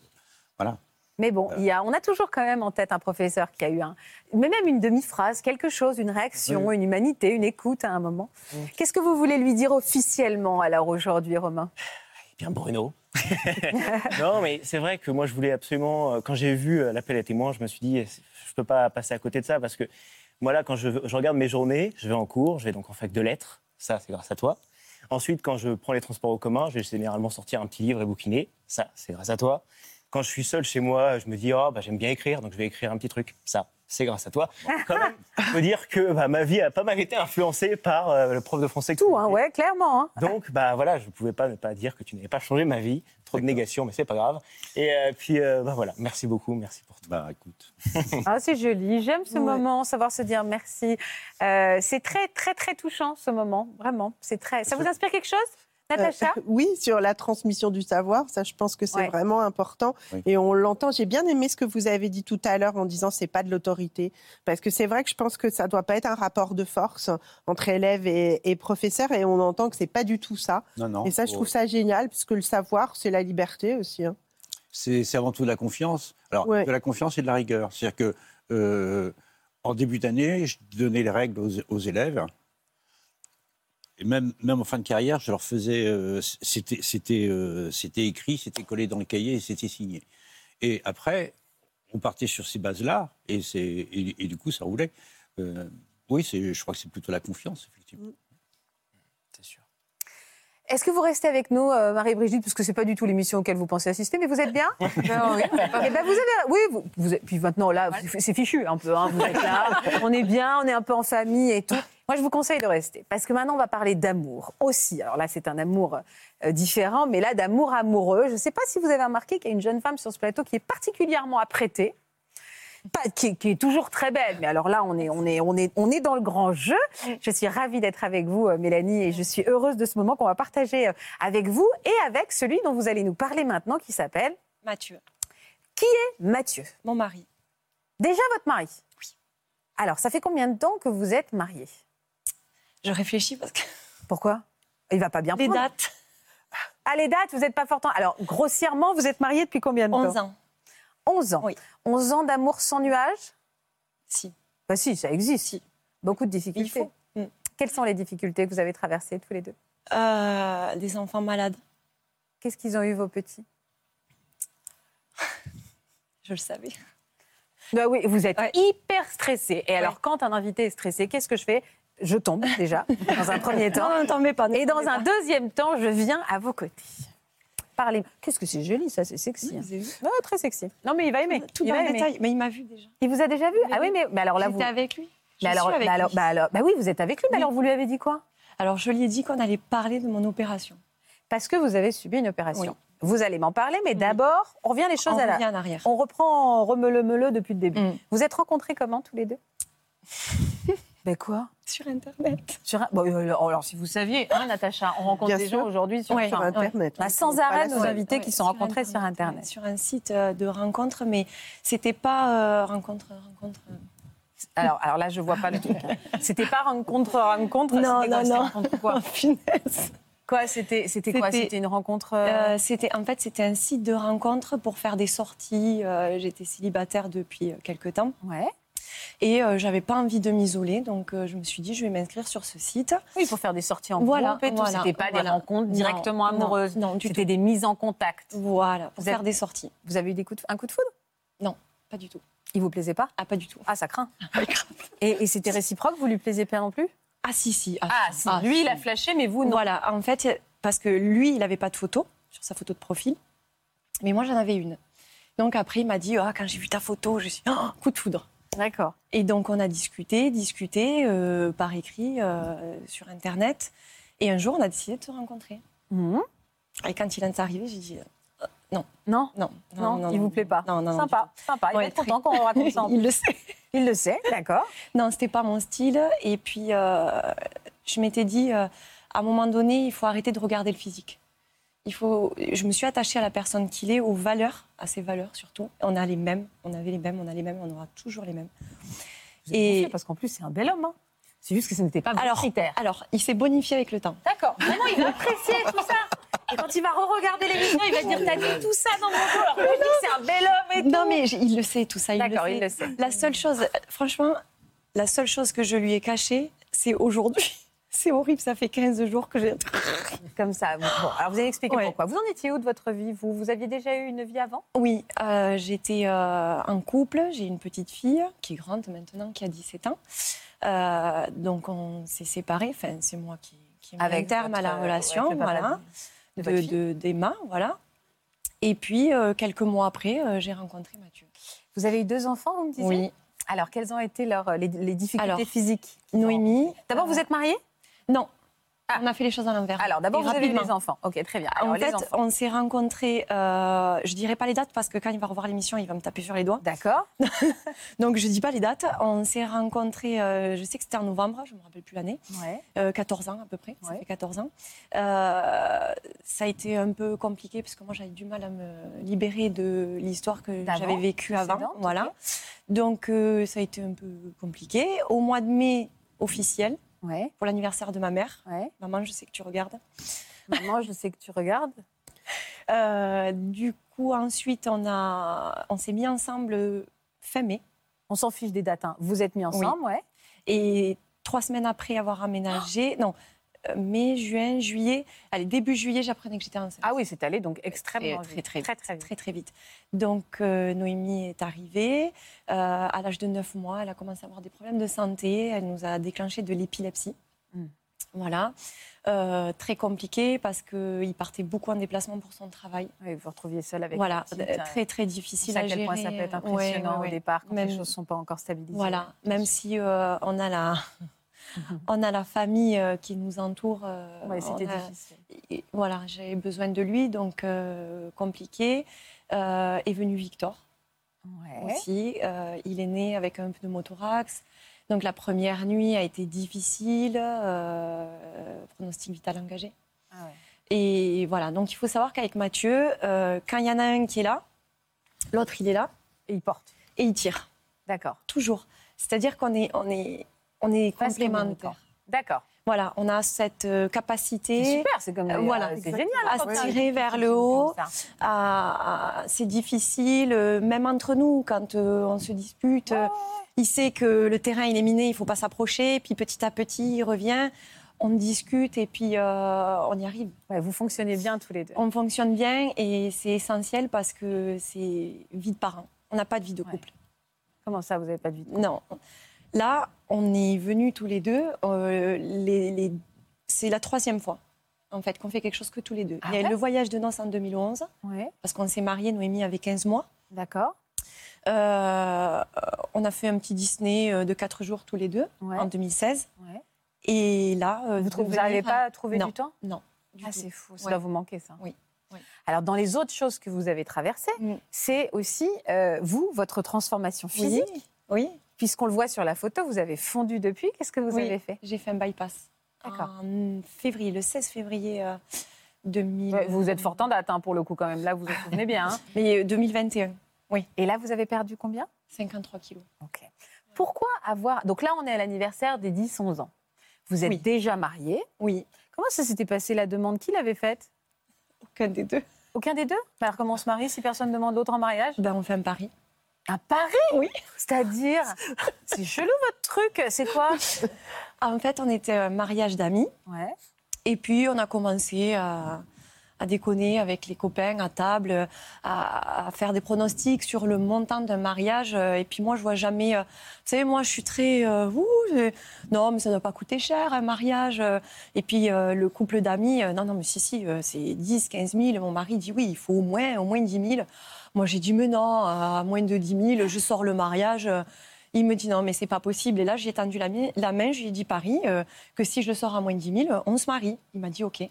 voilà.
Mais bon,
Euh.
il y a, on a toujours quand même en tête un professeur qui a eu un, mais même une demi-phrase, quelque chose, une réaction, une humanité, une écoute à un moment. Qu'est-ce que vous voulez lui dire officiellement alors aujourd'hui, Romain
Eh bien, Bruno. non, mais c'est vrai que moi, je voulais absolument. euh, Quand j'ai vu euh, l'appel à témoins, je me suis dit, eh, je peux pas passer à côté de ça parce que moi, là, quand je, je regarde mes journées, je vais en cours, je vais donc en fac de lettres. Ça, c'est grâce à toi. Ensuite, quand je prends les transports en commun, je vais généralement sortir un petit livre et bouquiner. Ça, c'est grâce à toi. Quand je suis seul chez moi, je me dis, oh, bah, j'aime bien écrire, donc je vais écrire un petit truc. Ça, c'est grâce à toi. Quand même, je peux dire que bah, ma vie a pas mal été influencée par euh, le prof de français. que
Tout,
tu
hein,
étais.
ouais, clairement. hein.
Donc, bah voilà, je ne pouvais pas ne pas dire que tu n'avais pas changé ma vie. Trop de négations, mais c'est pas grave. Et euh, puis, euh, bah voilà, merci beaucoup, merci pour tout.
Bah écoute.
Ah, c'est joli. J'aime ce
Ouais.
moment, savoir se dire merci. Euh, c'est très, très, très touchant ce moment, vraiment. C'est très. Ça vous inspire quelque chose, Natacha
Euh, oui, sur la transmission du savoir, ça je pense que c'est
Ouais.
vraiment important
Oui.
et on l'entend. J'ai bien aimé ce que vous avez dit tout à l'heure en disant c'est pas de l'autorité parce que c'est vrai que je pense que ça doit pas être un rapport de force entre élèves et, et professeurs et on entend que c'est pas du tout ça.
Non, non.
Et ça je
faut-
trouve ça génial puisque le savoir c'est la liberté aussi. hein.
c'est c'est avant tout de la confiance. Alors,
Ouais.
de la confiance et de la rigueur. C'est-à-dire que, euh, en début d'année, je donnais les règles aux, aux élèves. Et même, même en fin de carrière, je leur faisais. euh, c'était c'était, euh, c'était écrit, c'était collé dans le cahier et c'était signé. Et après, on partait sur ces bases-là et, c'est- et, et du coup, ça roulait. Euh, oui, c'est- je crois que c'est plutôt la confiance, effectivement.
C'est sûr.
Est-ce que vous restez avec nous, euh, Marie-Brigitte, parce que c'est pas du tout l'émission auquel vous pensez assister, mais vous êtes bien
Non, oui.
Eh ben, vous avez, oui, vous, vous êtes- puis maintenant là, c'est- c'est fichu un peu. hein, vous êtes là, on est bien, on est un peu en famille et tout. Moi, je vous conseille de rester parce que maintenant, on va parler d'amour aussi. Alors là, c'est un amour euh, différent, mais là, d'amour amoureux. Je ne sais pas si vous avez remarqué qu'il y a une jeune femme sur ce plateau qui est particulièrement apprêtée. Pas- qui, qui est toujours très belle, mais alors là, on est, on, est, on, est, on est dans le grand jeu. Je suis ravie d'être avec vous, euh, Mélanie, et je suis heureuse de ce moment qu'on va partager euh, avec vous et avec celui dont vous allez nous parler maintenant, qui s'appelle
Mathieu,
Mathieu.
mon mari,
Déjà votre mari Oui. Alors, ça fait combien de temps que vous êtes mariés
je réfléchis parce que
Pourquoi Il va pas bien
les
prendre.
dates,
Ah, les dates, vous n'êtes pas fortant. Alors, grossièrement, vous êtes mariés depuis combien de temps
11 ans.
11 ans.
Oui.
11 ans d'amour sans nuages
Si,
Bah si, ça existe.
Si.
Beaucoup de
il
difficultés.
faut. Mm.
Quelles sont les difficultés que vous avez traversées tous les deux
Euh, des enfants malades,
Qu'est-ce qu'ils ont eu vos petits
je le savais.
Bah oui, vous êtes
Ouais.
hyper stressé. Et alors, quand un invité est stressé, qu'est-ce que je fais Je tombe déjà, dans un premier temps.
Non, ne t'en mets pas. ne
Et
t'en
dans
mets
un
pas.
deuxième temps, je viens à vos côtés. Parlez. Qu'est-ce que c'est joli, ça, c'est sexy. hein.
Vous avez vu
Non, très sexy. Non, mais il va aimer.
Tout
il
dans
va
le
aimer.
détail, mais il m'a vu déjà.
Il vous a déjà vu Ah oui, mais, mais alors là, vous.
J'étais avec lui. Je
mais alors,
suis avec
bah alors,
lui.
bah alors- bah oui, vous êtes avec lui, mais
Oui.
alors vous lui avez dit quoi
Alors, je lui ai dit qu'on allait parler de mon opération.
Parce que vous avez subi une opération.
Oui.
Vous allez m'en parler, mais
Oui.
d'abord, on revient les
On
choses à la.
revient en arrière.
On reprend remele-mele depuis le début.
Mm.
Vous êtes rencontrés comment, tous les deux Ben quoi
Sur Internet.
Sur un- bon, euh, alors, alors, si vous saviez, hein, Natacha, on rencontre
Bien
des
sûr.
gens aujourd'hui sur,
Ouais. Bah,
Sur
enfin,
internet.
on a
hein,
sans
c'est pas
arrêt
la
nos
seule.
invités qui sont rencontrés sur Internet.
ouais, sur un site euh, de rencontre, mais c'était pas euh, rencontre, rencontre. euh,
Alors, alors là, je vois pas le truc. hein. C'était pas rencontre, rencontre.
Non,
c'était quoi,
non,
c'était
non.
rencontre quoi
Oh, punaise.
Quoi C'était c'était quoi
C'était-
C'était une rencontre. euh,
Euh, c'était en fait c'était un site de rencontre pour faire des sorties. Euh, J'étais célibataire depuis quelques temps
Ouais.
et euh, j'avais pas envie de m'isoler, donc euh, je me suis dit je vais m'inscrire sur ce site.
Oui, pour faire des sorties en
Voilà,
groupe et tout.
voilà,
C'était pas des
voilà.
rencontres
Non,
directement
non,
amoureuses.
non, du
C'était des mises en contact.
Voilà, pour
Vous
faire
êtes-
des sorties.
Vous avez eu des coups de- un coup de foudre
Pas du tout.
Il vous plaisait pas
Ah pas du tout.
Ah, ça craint. et et c'était réciproque Vous lui plaisiez pas non plus
Ah si si.
Ah, si. lui, il a
si.
flashé, mais vous, non.
Voilà, en fait, parce que lui, il n'avait pas de photo sur sa photo de profil, mais moi, j'en avais une. Donc après, il m'a dit, ah, quand j'ai vu ta photo, je suis, Ah, coup de foudre.
D'accord.
Et donc, on a discuté, discuté euh, par écrit, euh, sur Internet. Et un jour, on a décidé de se rencontrer.
Mhm.
Et quand il est arrivé, j'ai dit, Euh, non,
Non,
non,
non, il vous plaît pas.
Non, non, non,
sympa, sympa. Il
Ouais,
va être
très-
content qu'on
du
raconte ça.
tout.
en
il le sait.
plus. Il le sait, d'accord.
Non, c'était pas mon style. Et puis, euh, je m'étais dit, euh, à un moment donné, il faut arrêter de regarder le physique. Il faut, je me suis attachée à la personne qu'il est, aux valeurs, à ses valeurs surtout. On a les mêmes, on avait les mêmes, on a les mêmes, on aura toujours les mêmes.
Vous êtes
Et-
confiés, parce qu'en plus, c'est un bel homme. hein. C'est juste que ce n'était pas votre
Alors-
critère.
Alors, il s'est bonifié avec le temps.
Ah
D'accord, vraiment, il va apprécier tout ça. Et quand il va re-regarder l'émission, il va se dire T'as dit tout ça dans mon dos, alors que je dis que c'est un bel homme et tout.
Non, mais j'ai- il le sait, tout ça. il le
D'accord, il
sait.
le sait.
La seule chose, euh, franchement, la seule chose que je lui ai cachée, c'est aujourd'hui. C'est horrible, ça fait 15 jours que j'ai.
Comme ça. Bon, bon, alors vous allez expliquer
Ouais.
pourquoi. Vous en étiez où de votre vie vous, vous aviez déjà eu une vie avant
Oui, euh, j'étais euh, en couple, j'ai une petite fille qui est grande maintenant, qui a 17 ans. Euh, donc on s'est séparés, enfin c'est moi qui, qui ai mis un terme à la
votre-
relation,
avec le papa
voilà,
de- de
de-
votre fille.
de- d'Emma, voilà. Et puis euh, quelques mois après, euh, j'ai rencontré Mathieu.
Vous avez eu deux enfants, vous me disiez
Oui,
Alors, quelles ont été leurs, les, les difficultés
Alors,
physiques qu'ils ont
Noémie.
D'abord,
euh,
vous êtes mariés
Non,
Ah.
on a fait les choses à l'envers.
Alors, d'abord,
Et
vous avez eu
rapidement.
des enfants. Ok, très bien. Alors,
En
les
fait,
enfants.
on s'est rencontrés, euh, je dirais pas les dates parce que quand il va revoir l'émission, il va me taper sur les doigts.
D'accord.
Donc je dis pas les dates. On s'est rencontrés, euh, je sais que c'était en novembre, je me rappelle plus l'année.
Ouais.
Euh, 14 ans à peu près, ça
Ouais.
fait 14 ans. Euh, ça a été un peu compliqué parce que moi j'avais du mal à me libérer de l'histoire que
D'avant,
j'avais vécue avant.
précédente,
Voilà. Donc euh, ça a été un peu compliqué. Au mois de mai officiel,
Ouais.
pour l'anniversaire de ma mère,
Ouais.
maman je sais que tu regardes.
Maman, je sais que tu regardes.
Euh, du coup ensuite on, a, on s'est mis ensemble fin mai
On s'en fiche des dates. hein. Vous êtes mis ensemble, ouais.
et trois semaines après avoir
Oh.
aménagé, non, euh, mai, juin, juillet, allez début juillet j'apprenais que j'étais enceinte.
Ah oui, c'est allé donc
Et
extrêmement
très,
vite.
très
très, très vite.
très très vite. Donc euh, Noémie est arrivée euh, à l'âge de 9 mois, elle a commencé à avoir des problèmes de santé, elle nous a déclenché de l'épilepsie.
Mm.
Voilà, Euh, très compliqué parce qu'il partait beaucoup en déplacement pour son travail.
Oui, vous vous retrouviez seul avec
voilà,
la petite,
Euh,
hein.
très très
C'est
difficile
à
à
quel
gérer.
point ça peut être
Euh, ouais,
impressionnant
ouais,
au
ouais.
départ quand les
Même-
choses ne sont pas encore stabilisées.
Voilà, même si euh, on a la on a la famille euh, qui nous entoure. euh,
Ouais, c'était
on a-
difficile.
et voilà, j'avais besoin de lui, donc euh, compliqué. Euh, est venu Victor.
Ouais.
aussi. Euh, il est né avec un pneumothorax. Donc la première nuit a été difficile, euh, pronostic vital engagé.
Ah ouais.
Et voilà, donc il faut savoir qu'avec Mathieu, euh, quand il y en a un qui est là, l'autre il est là
Et il porte.
et il tire,
D'accord.
toujours. C'est-à-dire qu'on est, on est, on est
Face communicant.
complémentaires.
D'accord.
Voilà, on a cette euh, capacité.
C'est super, c'est comme
Euh, voilà,
voilà, c'est génial.
à
quand
se
t'as-
tirer vers le haut.
Comme ça.
à- à- Ah, c'est difficile, euh, même entre nous, quand euh, on se dispute. euh, il sait que le terrain il est miné, il faut pas s'approcher. Puis petit à petit, il revient, on discute et puis euh, on y arrive.
Ouais, vous fonctionnez bien tous les deux.
On fonctionne bien et c'est essentiel parce que c'est vie de parents. On n'a pas de vie de
Ouais.
couple.
Comment ça, vous n'avez pas de vie
Non. Là, on est venus tous les deux. euh, les- les- C'est la troisième fois en fait qu'on fait quelque chose que tous les deux.
Ah
il y a eu
ouais
le voyage de Nantes en 2011
Ouais.
parce qu'on s'est mariés, Noémie avait 15 mois.
D'accord.
Euh, on a fait un petit Disney euh, de 4 jours tous les deux
Ouais.
en 2016.
Ouais.
Et là, euh,
Vous trouvez- vous
devenir-
n'arrivez pas à trouver
Non.
du temps
du
Ah,
tout.
c'est fou. Ça
Ouais.
doit vous manquer, ça.
Oui. Oui.
Alors, dans les autres choses que vous avez traversées,
Mm.
c'est aussi, euh, vous, votre transformation
Oui,
physique.
oui.
Puisqu'on le voit sur la photo, vous avez fondu depuis. Qu'est-ce que vous
Oui.
avez fait
j'ai fait un bypass.
D'accord.
En février, le 16 février euh, 2000
Ouais, Vous êtes fort en date, hein, pour le coup, quand même. Là, vous vous en souvenez bien. hein.
Mais euh, 2021,
Et là, vous avez perdu combien
53 kilos.
Ok. Pourquoi avoir. Donc là, on est à l'anniversaire des 10-11 ans. Vous êtes
Oui.
déjà mariés.
Oui,
Comment ça s'était passé la demande Qui l'avait faite
aucun des deux.
Aucun des deux Bah, Alors comment on se marie si personne demande l'autre en mariage
Ben, on fait un pari.
Un pari
Oui.
C'est-à-dire C'est chelou votre truc, c'est quoi
Ah, en fait, on était un mariage d'amis.
Ouais.
Et puis, on a commencé à, à déconner avec les copains à table, à, à faire des pronostics sur le montant d'un mariage. Euh, Et puis, moi, je vois jamais. euh, Vous savez, moi, je suis très. euh, ouh, je- non, mais ça ne doit pas coûter cher, un mariage. Euh, Et puis, euh, le couple d'amis, euh, non, non, mais si, si, euh, c'est 10, 15 000. Mon mari dit oui, il faut au moins, au moins 10 000. Moi, j'ai dit, mais non, à moins de 10 000, je sors le mariage. Euh, Il me dit non, mais c'est pas possible. Et là, j'ai tendu la, mi- la main, je lui ai dit Paris, euh, que si je le sors à moins de 10 000, on se marie. Il m'a dit OK. Eh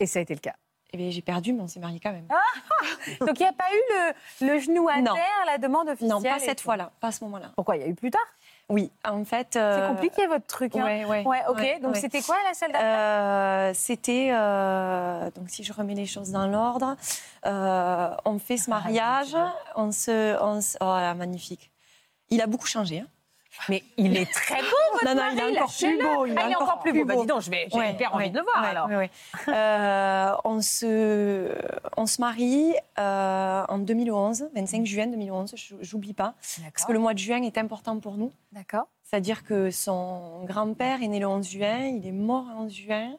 Et ça a été le cas.
bien, j'ai perdu, mais on s'est marié quand même.
Ah, Donc il n'y a pas eu le, le genou à
Non.
terre, la demande officielle
non, pas
et
cette
tout.
fois-là, pas à ce moment-là.
Pourquoi Il y a eu plus tard
Oui, en fait.
C'est
euh,
compliqué votre truc. hein.
Ouais, ouais.
Ouais, ok.
ouais,
Donc
ouais.
c'était quoi la salle d'attente
Euh, C'était. euh, donc, si je remets les choses dans l'ordre, euh, on fait
Ah,
ce mariage, on se. On se- oh là, magnifique. Il a beaucoup changé. hein.
Mais il est très beau, votre
Non, non,
mari,
il est encore plus
lâchez-le.
beau. Il
Ah,
est encore plus
beau. Bah,
beau.
dis donc, je vais- j'ai
Ouais,
hyper
ouais,
envie de le voir
ouais,
alors.
ouais, ouais. Euh, on, se, on se marie euh, en 2011, 25 juin 2011, je- j'oublie pas, parce que
D'accord.
le mois de juin est important pour nous.
D'accord.
C'est-à-dire que son grand-père est né le 11 juin, il est mort le 11 juin,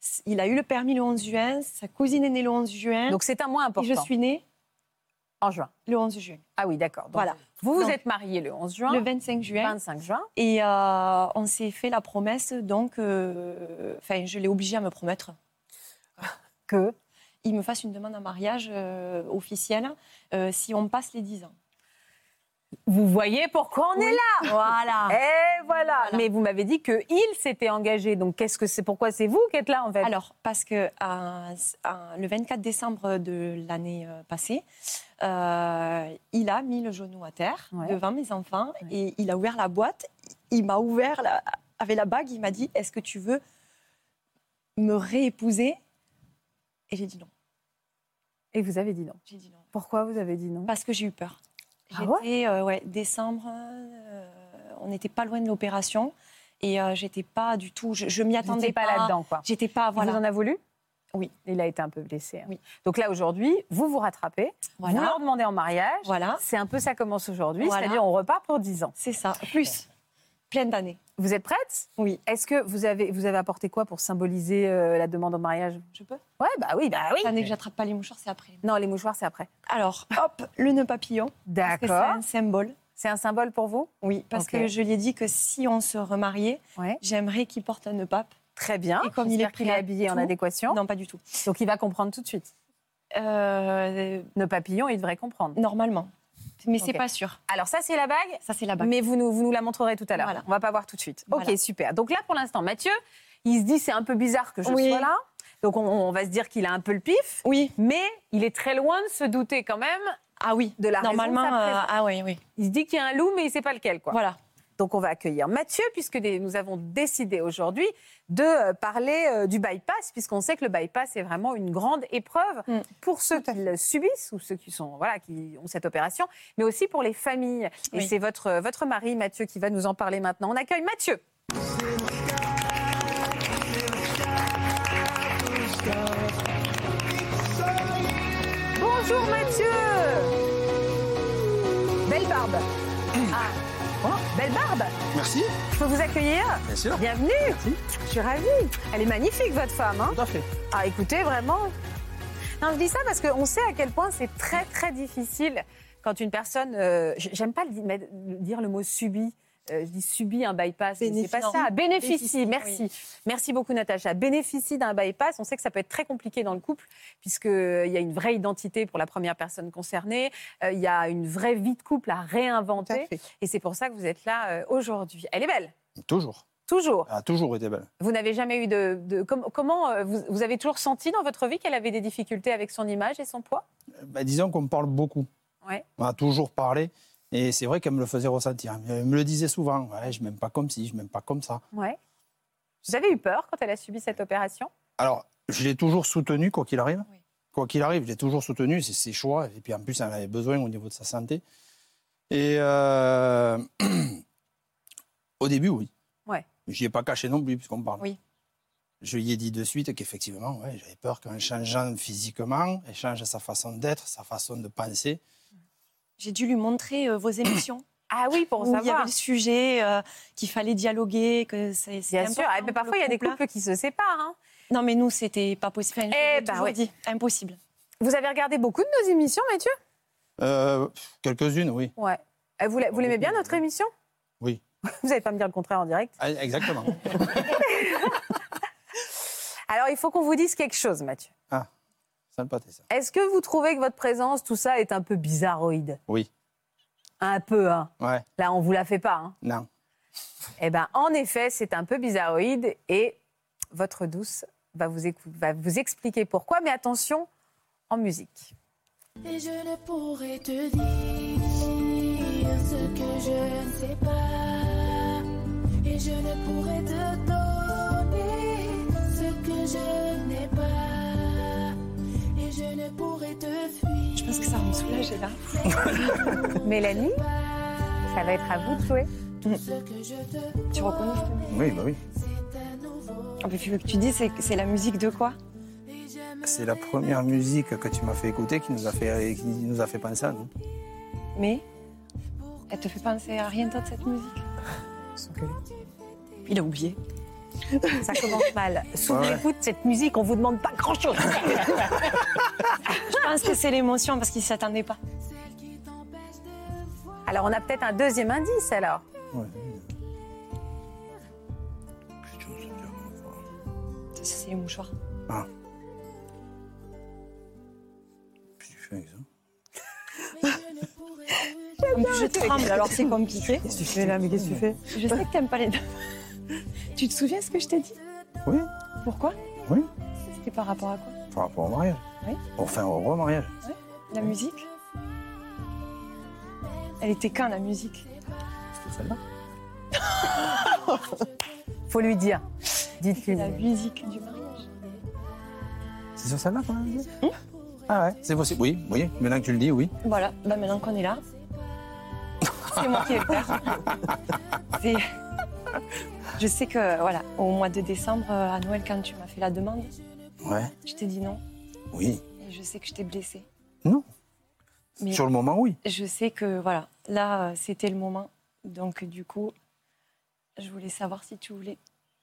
s- il a eu le permis le 11 juin, sa cousine est née le 11 juin,
Donc c'est un mois
et
important.
je suis née
En juin.
le 11 juin.
Ah oui, d'accord. Donc,
Voilà,
Vous vous
Donc,
êtes mariés le 11 juin,
le 25 juin.
25 juin.
Et euh, on s'est fait la promesse, donc, euh, enfin, je l'ai obligé à me promettre
Ah. Que
il me fasse une demande en mariage euh, officielle euh, si on passe les 10 ans.
vous voyez pourquoi on est là.
Voilà.
Et voilà.
Voilà.
Mais vous m'avez dit que il s'était engagé. Donc qu'est-ce que c'est Pourquoi c'est vous qui êtes là en fait
Alors, parce que euh, c- euh, le 24 décembre de l'année euh, passée, euh, il a mis le genou à terre
Ouais.
devant mes enfants et il a ouvert la boîte. Il m'a ouvert la- avec la bague. Il m'a dit Est-ce que tu veux me réépouser Et j'ai dit non.
Et vous avez dit non.
J'ai dit non.
Pourquoi vous avez dit non
Parce que j'ai eu peur.
Ah
J'étais, euh, ouais, décembre, euh, on n'était pas loin de l'opération et euh, j'étais pas du tout, je, je m'y
Vous n'étiez
attendais
pas là-dedans quoi.
J'étais pas,
Il Vous
voilà.
en a voulu
Oui.
Il a été un peu blessé. hein.
Oui.
Donc là, aujourd'hui, vous vous rattrapez, vous
Voilà,
leur demandez en mariage.
voilà,
C'est un peu ça commence aujourd'hui,
Voilà.
c'est-à-dire on repart pour 10 ans.
c'est ça. Plus, pleine d'années.
Vous êtes prête
Oui.
Est-ce que vous avez, vous avez apporté quoi pour symboliser euh, la demande en mariage
Je peux
Ouais, bah oui, bah oui.
Attendez que j'attrape pas les mouchoirs, c'est après.
Non, les mouchoirs, c'est après.
Alors, hop, le nœud papillon. parce que
D'accord.
C'est un symbole.
C'est un symbole pour vous
Oui, parce
Ok.
que je lui ai dit que si on se remariait,
Ouais.
j'aimerais qu'il porte un nœud pape.
Très bien.
Et comme il est
J'espère qu'il
prêt à
habillé en
tout.
adéquation,
Non, pas du tout.
donc il va comprendre tout de suite.
Euh,
Nos papillons, il devrait comprendre.
normalement. Mais c'est
Ok.
pas sûr.
Alors ça, c'est la bague,
Ça, c'est la bague.
mais vous nous, vous nous la montrerez tout à l'heure.
Voilà.
On va pas voir tout de suite. Ok,
Voilà.
super. Donc là, pour l'instant, Mathieu, il se dit c'est un peu bizarre que je
Oui.
sois là. Donc on, on va se dire qu'il a un peu le pif,
Oui.
mais il est très loin de se douter quand même
Ah oui.
de la raison de sa
Normalement, euh,
présence.
ah oui, oui.
Il se dit qu'il y a un loup, mais il sait pas lequel. Quoi.
Voilà.
Donc on va accueillir Mathieu, puisque des- nous avons décidé aujourd'hui de euh, parler euh, du bypass, puisqu'on sait que le bypass est vraiment une grande épreuve
Mm.
pour ceux qui le subissent ou ceux qui, sont, voilà, qui ont cette opération, mais aussi pour les familles. Et
Oui.
c'est votre, euh, votre mari, Mathieu, qui va nous en parler maintenant. On accueille Mathieu. Bonjour Mathieu Belle barbe Ah, oh, belle barbe
Mmh. Merci,
je peux vous accueillir
bien sûr.
Bienvenue Je suis ravie Elle est magnifique, votre femme. hein
Tout à fait.
ah, écoutez, vraiment Non, je dis ça parce qu'on sait à quel point c'est très, très difficile quand une personne... euh, j- J'aime pas le di- mais- le dire le mot « subi Euh, je dis subi un bypass, mais c'est
Bénéficie.
pas ça. Bénéficie, merci. Merci beaucoup Natacha. Bénéficie d'un bypass, on sait que ça peut être très compliqué dans le couple puisqu'il y a une vraie identité pour la première personne concernée, euh, il y a une vraie vie de couple à
Tout à
réinventer
fait.
et c'est pour ça que vous êtes là euh, aujourd'hui. Elle est belle,
Toujours.
toujours.
Elle a toujours été belle.
Vous n'avez jamais eu de. de- com- comment euh, vous, vous avez toujours senti dans votre vie qu'elle avait des difficultés avec son image et son poids
Euh, bah, disons qu'on parle beaucoup.
Ouais.
On a toujours parlé. Et c'est vrai qu'elle me le faisait ressentir. Elle me le disait souvent. Ouais, je m'aime pas comme ci, je m'aime pas comme ça.
Ouais. Vous avez eu peur quand elle a subi cette opération
Alors, je l'ai toujours soutenue, quoi qu'il arrive.
Oui.
Quoi qu'il arrive, je l'ai toujours soutenue. C'est ses choix. Et puis en plus, elle en avait besoin au niveau de sa santé. Et euh, au début, oui.
Ouais.
Je n'y ai pas caché non plus, puisqu'on parle.
Oui.
Je lui ai dit de suite qu'effectivement, ouais, j'avais peur qu'en changeant physiquement, elle change sa façon d'être, sa façon de penser.
J'ai dû lui montrer euh, vos émissions.
Ah oui, pour
où il y avait
savoir.
le sujet, euh, qu'il fallait dialoguer, que c'est c'est
Bien
important
sûr. Ah, ben,
pour
parfois,
le
il y a des
couple.
couples qui se séparent. hein.
Non, mais nous, c'était pas possible. Enfin, je
Eh
l'ai
ben
toujours
oui.
dit. Impossible.
Vous avez regardé beaucoup de nos émissions, Mathieu
Euh, pff, Quelques-unes, oui.
Ouais. Euh, Vous l'a- vous l'aimez bien, notre émission
Oui.
Vous n'allez pas me dire le contraire en direct.
Ah, Exactement.
Alors, il faut qu'on vous dise quelque chose, Mathieu.
Ça ne pâté, ça.
Est-ce que vous trouvez que votre présence, tout ça, est un peu bizarroïde
Oui.
Un peu, hein.
Ouais,
Là, on vous la fait pas. Hein.
non.
Eh ben, en effet, c'est un peu bizarroïde et votre douce va vous, écou- va vous expliquer pourquoi. Mais attention, en musique.
Et je ne pourrai te dire ce que je ne sais pas. Et je ne pourrai te donner ce que je n'ai pas. Et je ne pourrai te fuir.
Je pense que ça va me soulager là.
Mélanie, ça va être à vous de jouer.
Ce que je te
Tu Mm. reconnais Flo
Oui, bah oui.
c'est à nouveau.
Ah, mais vu que tu dis, c'est c'est la musique de quoi
Et j'aime
C'est la première musique que tu m'as fait écouter qui nous a fait, qui nous a fait penser à nous.
Mais elle te fait penser à rien d'autre cette musique. Il a oublié.
Ça commence mal. Sous
Bah Ouais.
l'écoute de cette musique, on vous demande pas grand-chose.
Je pense que c'est l'émotion parce qu'il s'attendait pas.
celle qui t'empêche de voir.
Alors, on a peut-être un deuxième indice, alors.
Ça, c'est les mouchoirs.
Ah. Qu'est-ce que tu fais avec ça
Mais je ne pourrai te dire.
En plus, je tremble, alors c'est compliqué.
Qu'est-ce que tu fais là Mais qu'est-ce que tu fais
Je sais que t'aimes pas les dames. Tu te souviens ce que je t'ai dit
Oui.
Pourquoi
Oui.
C'était par rapport à quoi
Par rapport au mariage.
Oui.
Enfin, au gros mariage.
La musique Elle était quand la musique
C'était celle-là.
Faut lui dire.
C'était
Dites-lui.
la musique du mariage.
C'est sur celle-là qu'on a dit Ah ouais, c'est possible. Oui, oui. Maintenant que tu le dis, oui.
Voilà, bah maintenant qu'on est là, c'est moi qui vais le faire. C'est- Je sais que, voilà, au mois de décembre, euh, à Noël, quand tu m'as fait la demande,
Ouais.
je t'ai dit non.
Oui.
Et je sais que je t'ai blessée.
Non.
Mais-
Sur le moment, oui.
Je sais que, voilà, là, euh, c'était le moment. Donc, du coup, je voulais savoir si tu voulais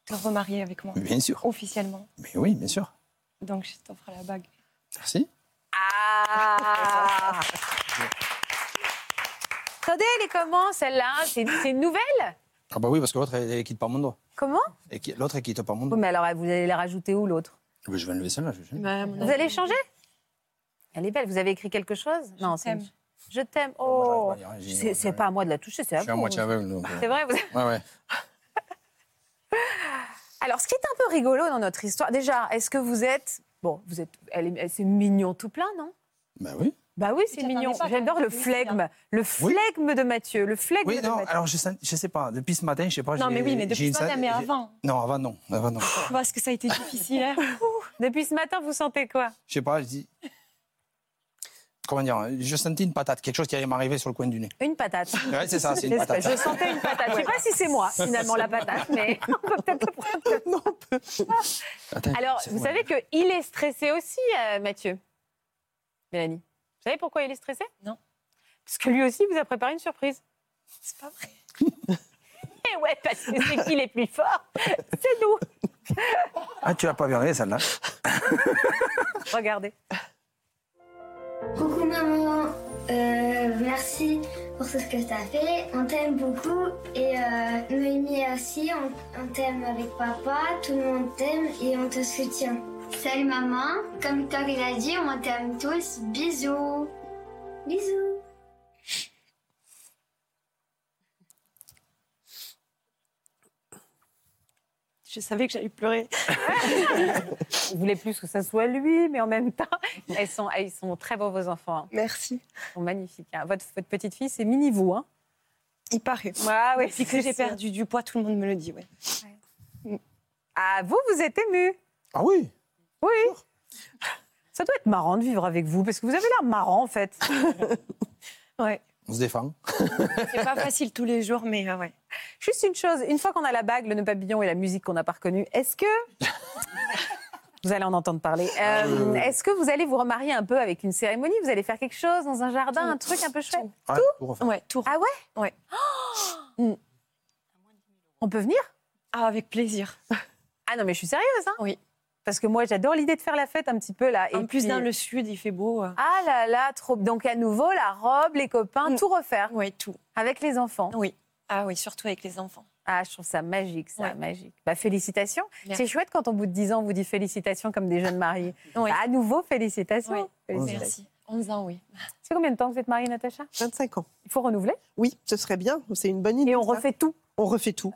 te remarier avec moi,
Mais Bien sûr.
officiellement.
Mais oui, bien sûr.
Donc, je t'offre la bague.
Merci.
Ah Attendez, elle est comment, celle-là C'est c'est une nouvelle
Ah bah oui, parce que l'autre, elle, elle quitte pas mon doigt.
Comment
Et qui- L'autre, elle quitte pas mon
Oui,
doigt.
mais alors, vous allez la rajouter où, l'autre
Ah bah, je vais enlever celle-là. Je... vais-
Bah,
Vous allez changer Elle est belle. Vous avez écrit quelque chose Non, c'est-
t'aime.
Je t'aime. Oh
Moi, j'arrive pas à lire, j'ai-
C'est c'est pas à moi de la toucher, c'est
Je
à
suis à
vous.
moitié aveugle. donc, euh,
C'est vrai, vous-
Ouais, ouais.
Alors, ce qui est un peu rigolo dans notre histoire, déjà, est-ce que vous êtes. Bon, vous êtes. elle est- C'est mignon tout plein, non
Bah oui.
Bah oui,
Tu hein?
c'est
t'attendais
mignon.
pas,
J'adore
quand
le
même.
flegme. Le
Oui.
flegme de Mathieu. Le flegme
Oui,
de
non,
Mathieu.
alors je sais, je sais pas. Depuis ce matin, je sais pas.
Non,
j'ai-
mais oui, mais
j'ai
depuis
une
ce matin,
sa-
mais
j'ai-
avant.
Non, avant, non. Avant, non.
Tu vois, ce Oh, que ça a été difficile. hein.
Depuis ce matin, vous sentez quoi
Je sais pas, je dis. Comment dire Je sentais une patate, quelque chose qui allait m'arriver sur le coin du nez.
Une patate.
Ouais, c'est ça, c'est une
J'espère.
patate.
Je sentais une patate. Je ne sais pas si c'est moi, finalement, la patate, mais on peut peut-être le prendre.
Attends,
Alors,
c'est
vous
moi.
savez qu'il est stressé aussi, euh, Mathieu. Mélanie. Vous savez pourquoi il est stressé
Non.
Parce que lui aussi vous a préparé une surprise.
C'est pas vrai.
Eh ouais, parce que c'est qui les plus forts C'est nous.
Ah, tu l'as pas regardé celle-là
Regardez.
Coucou maman, Euh, merci pour tout ce que tu as fait. On t'aime beaucoup et euh, Noémie aussi, on, on t'aime avec papa, tout le monde t'aime et on te soutient. Salut maman, comme Tom il a dit, on t'aime tous. Bisous. Bisous.
Je savais que j'allais pleurer.
On voulait plus que ça soit lui, mais en même temps, elles sont, elles sont très beaux, vos enfants. hein.
Merci.
Ils sont magnifiques. hein. Votre, votre petite fille, c'est mini vous. Hein.
Il paraît.
Ah oui,
Depuis que j'ai perdu du poids, tout le monde me le dit, ouais.
Ah, vous, vous êtes ému.
Ah oui
Oui.
Ça doit être marrant de vivre avec vous, parce que vous avez l'air marrant, en fait.
Ouais.
On se défend.
C'est pas facile tous les jours, mais euh, ouais.
Juste une chose, une fois qu'on a la bague, le nœud papillon et la musique qu'on n'a pas reconnue, est-ce que. Vous allez en entendre parler. Euh, Est-ce que vous allez vous remarier un peu avec une cérémonie Vous allez faire quelque chose dans un jardin, un truc un peu chouette
Ouais, tout refaire.
Ouais, tout.
Ah ouais
Ouais.
Mm. On peut venir
Ah, avec plaisir.
Ah non, mais je suis sérieuse. Hein
Oui.
Parce que moi, j'adore l'idée de faire la fête un petit peu là.
en plus,
puis-
dans le sud, il fait beau. euh.
Ah là là, trop. Donc à nouveau, la robe, les copains,
Mm.
tout refaire
Ouais, tout.
avec les enfants.
Oui. Ah oui, surtout avec les enfants.
Ah, je trouve ça magique, ça,
Ouais.
magique. Bah, félicitations.
Merci.
C'est chouette quand au bout de 10 ans, on vous dit félicitations comme des jeunes mariés.
Ouais.
Bah, à nouveau, félicitations.
Ouais.
Félicitations.
Oh, Merci. 11 ans, oui.
C'est combien de temps que vous êtes mariée, Natacha
25 ans.
Il faut renouveler
Oui, ce serait bien. C'est une bonne idée.
et on
ça.
refait tout.
On refait tout.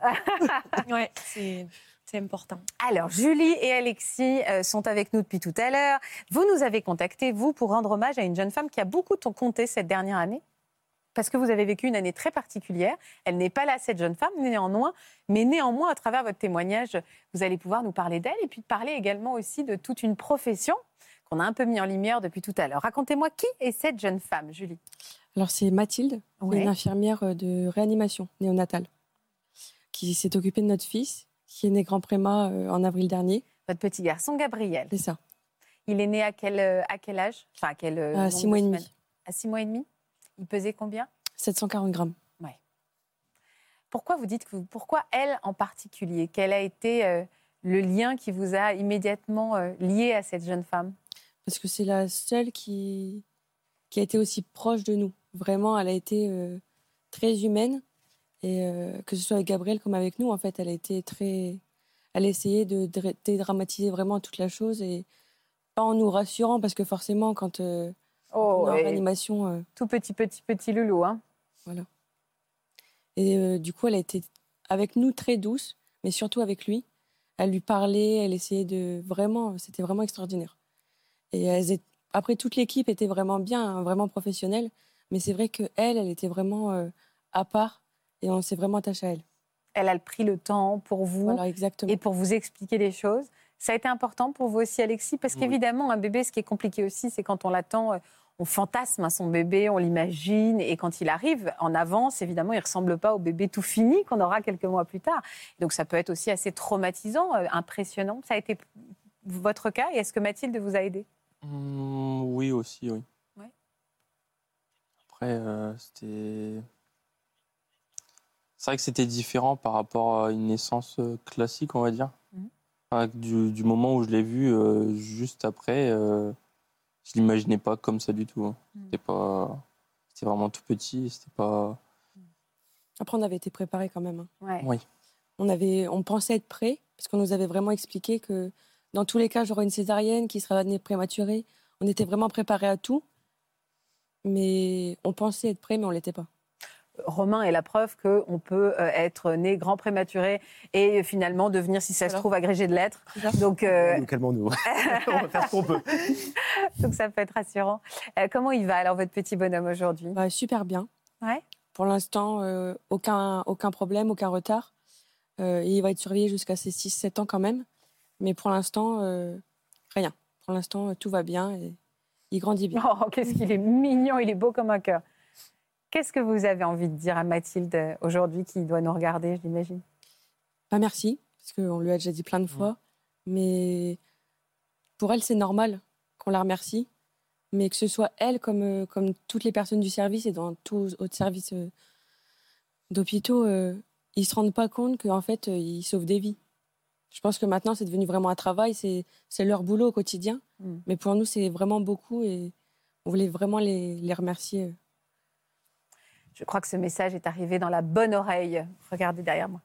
Ouais, c'est c'est important.
Alors, Julie et Alexis euh, sont avec nous depuis tout à l'heure. Vous nous avez contactés, vous, pour rendre hommage à une jeune femme qui a beaucoup ton- compté cette dernière année, parce que vous avez vécu une année très particulière. Elle n'est pas là, cette jeune femme, néanmoins, mais néanmoins, à travers votre témoignage, vous allez pouvoir nous parler d'elle et puis parler également aussi de toute une profession qu'on a un peu mis en lumière depuis tout à l'heure. Racontez-moi qui est cette jeune femme, Julie.
Alors, c'est Mathilde, qui est
Ouais.
une infirmière euh, de réanimation néonatale, qui s'est occupée de notre fils, qui est né grand préma euh, en avril dernier.
Votre petit garçon, Gabriel.
C'est ça,
Il est né à quel, euh, à quel âge Enfin, à quel euh,
à
nombre
6
de
mois et
semaines
demi,
À six mois et demi Il pesait combien
740 grammes.
Pourquoi vous dites que vous- pourquoi elle en particulier Quel a été euh, le lien qui vous a immédiatement euh, lié à cette jeune femme
Parce que c'est la seule qui, qui a été aussi proche de nous. Vraiment, elle a été euh, très humaine. Et euh, que ce soit avec Gabriel comme avec nous, en fait, elle a été très. Elle a essayé de dra- dédramatiser vraiment toute la chose et pas en nous rassurant, parce que forcément, quand euh, on est en
et
réanimation. euh,
tout petit petit petit loulou hein.
Et euh, du coup, elle a été avec nous très douce, mais surtout avec lui. Elle lui parlait, elle essayait de vraiment, c'était vraiment extraordinaire. Et elles étaient- après, toute l'équipe était vraiment bien, hein, vraiment professionnelle. Mais c'est vrai que elle, elle était vraiment euh, à part, et on s'est vraiment attaché à elle.
Elle a pris le temps pour vous
Voilà, exactement.
et pour vous expliquer les choses. Ça a été important pour vous aussi Alexis parce
Oui.
qu'évidemment un bébé ce qui est compliqué aussi c'est quand on l'attend euh, on fantasme à son bébé, on l'imagine, et quand il arrive en avance, évidemment, il ressemble pas au bébé tout fini qu'on aura quelques mois plus tard. Donc ça peut être aussi assez traumatisant, euh, impressionnant. Ça a été p- votre cas, et est-ce que Mathilde vous a aidé
Hmm, oui, aussi, oui.
Ouais.
Après, euh, c'était. C'est vrai que c'était différent par rapport à une naissance euh, classique, on va dire.
Mhm.
Enfin, du, du moment où je l'ai vue euh, juste après, euh, je l'imaginais pas comme ça du tout. hein.
Mhm.
C'était pas. C'était vraiment tout petit. C'était pas.
Après, on avait été préparés quand même. hein.
Ouais.
Oui.
On, avait, on pensait être prêts, parce qu'on nous avait vraiment expliqué que dans tous les cas, j'aurais une césarienne qui sera née prématurée. On était vraiment préparés à tout, mais on pensait être prêts, mais on ne l'était pas.
Romain est la preuve qu'on peut euh, être né grand prématuré et finalement devenir, si ça se
Voilà.
trouve, agrégé de lettres.
C'est ça.
Donc, euh,
Nous, Calmons-nous. on va faire ce qu'on peut.
donc ça peut être rassurant. Euh, comment il va alors votre petit bonhomme aujourd'hui
Bah, super bien.
Ouais.
Pour l'instant, euh, aucun, aucun problème, aucun retard. Euh, il va être surveillé jusqu'à ses 6-7 ans quand même. Mais pour l'instant, euh, rien. Pour l'instant, euh, tout va bien et il grandit bien.
Oh, qu'est-ce qu'il est mignon, il est beau comme un cœur. Qu'est-ce que vous avez envie de dire à Mathilde euh, aujourd'hui qui doit nous regarder, je l'imagine
Pas merci, parce qu'on lui a déjà dit plein de fois. Mais pour elle, c'est normal qu'on la remercie. Mais que ce soit elle, comme, euh, comme toutes les personnes du service et dans tous autres services euh, d'hôpitaux, euh, ils se rendent pas compte qu'en fait, euh, ils sauvent des vies. Je pense que maintenant, c'est devenu vraiment un travail, c'est c'est leur boulot au quotidien.
Mm.
Mais pour nous, c'est vraiment beaucoup et on voulait vraiment les, les remercier. euh,
Je crois que ce message est arrivé dans la bonne oreille. Regardez derrière moi.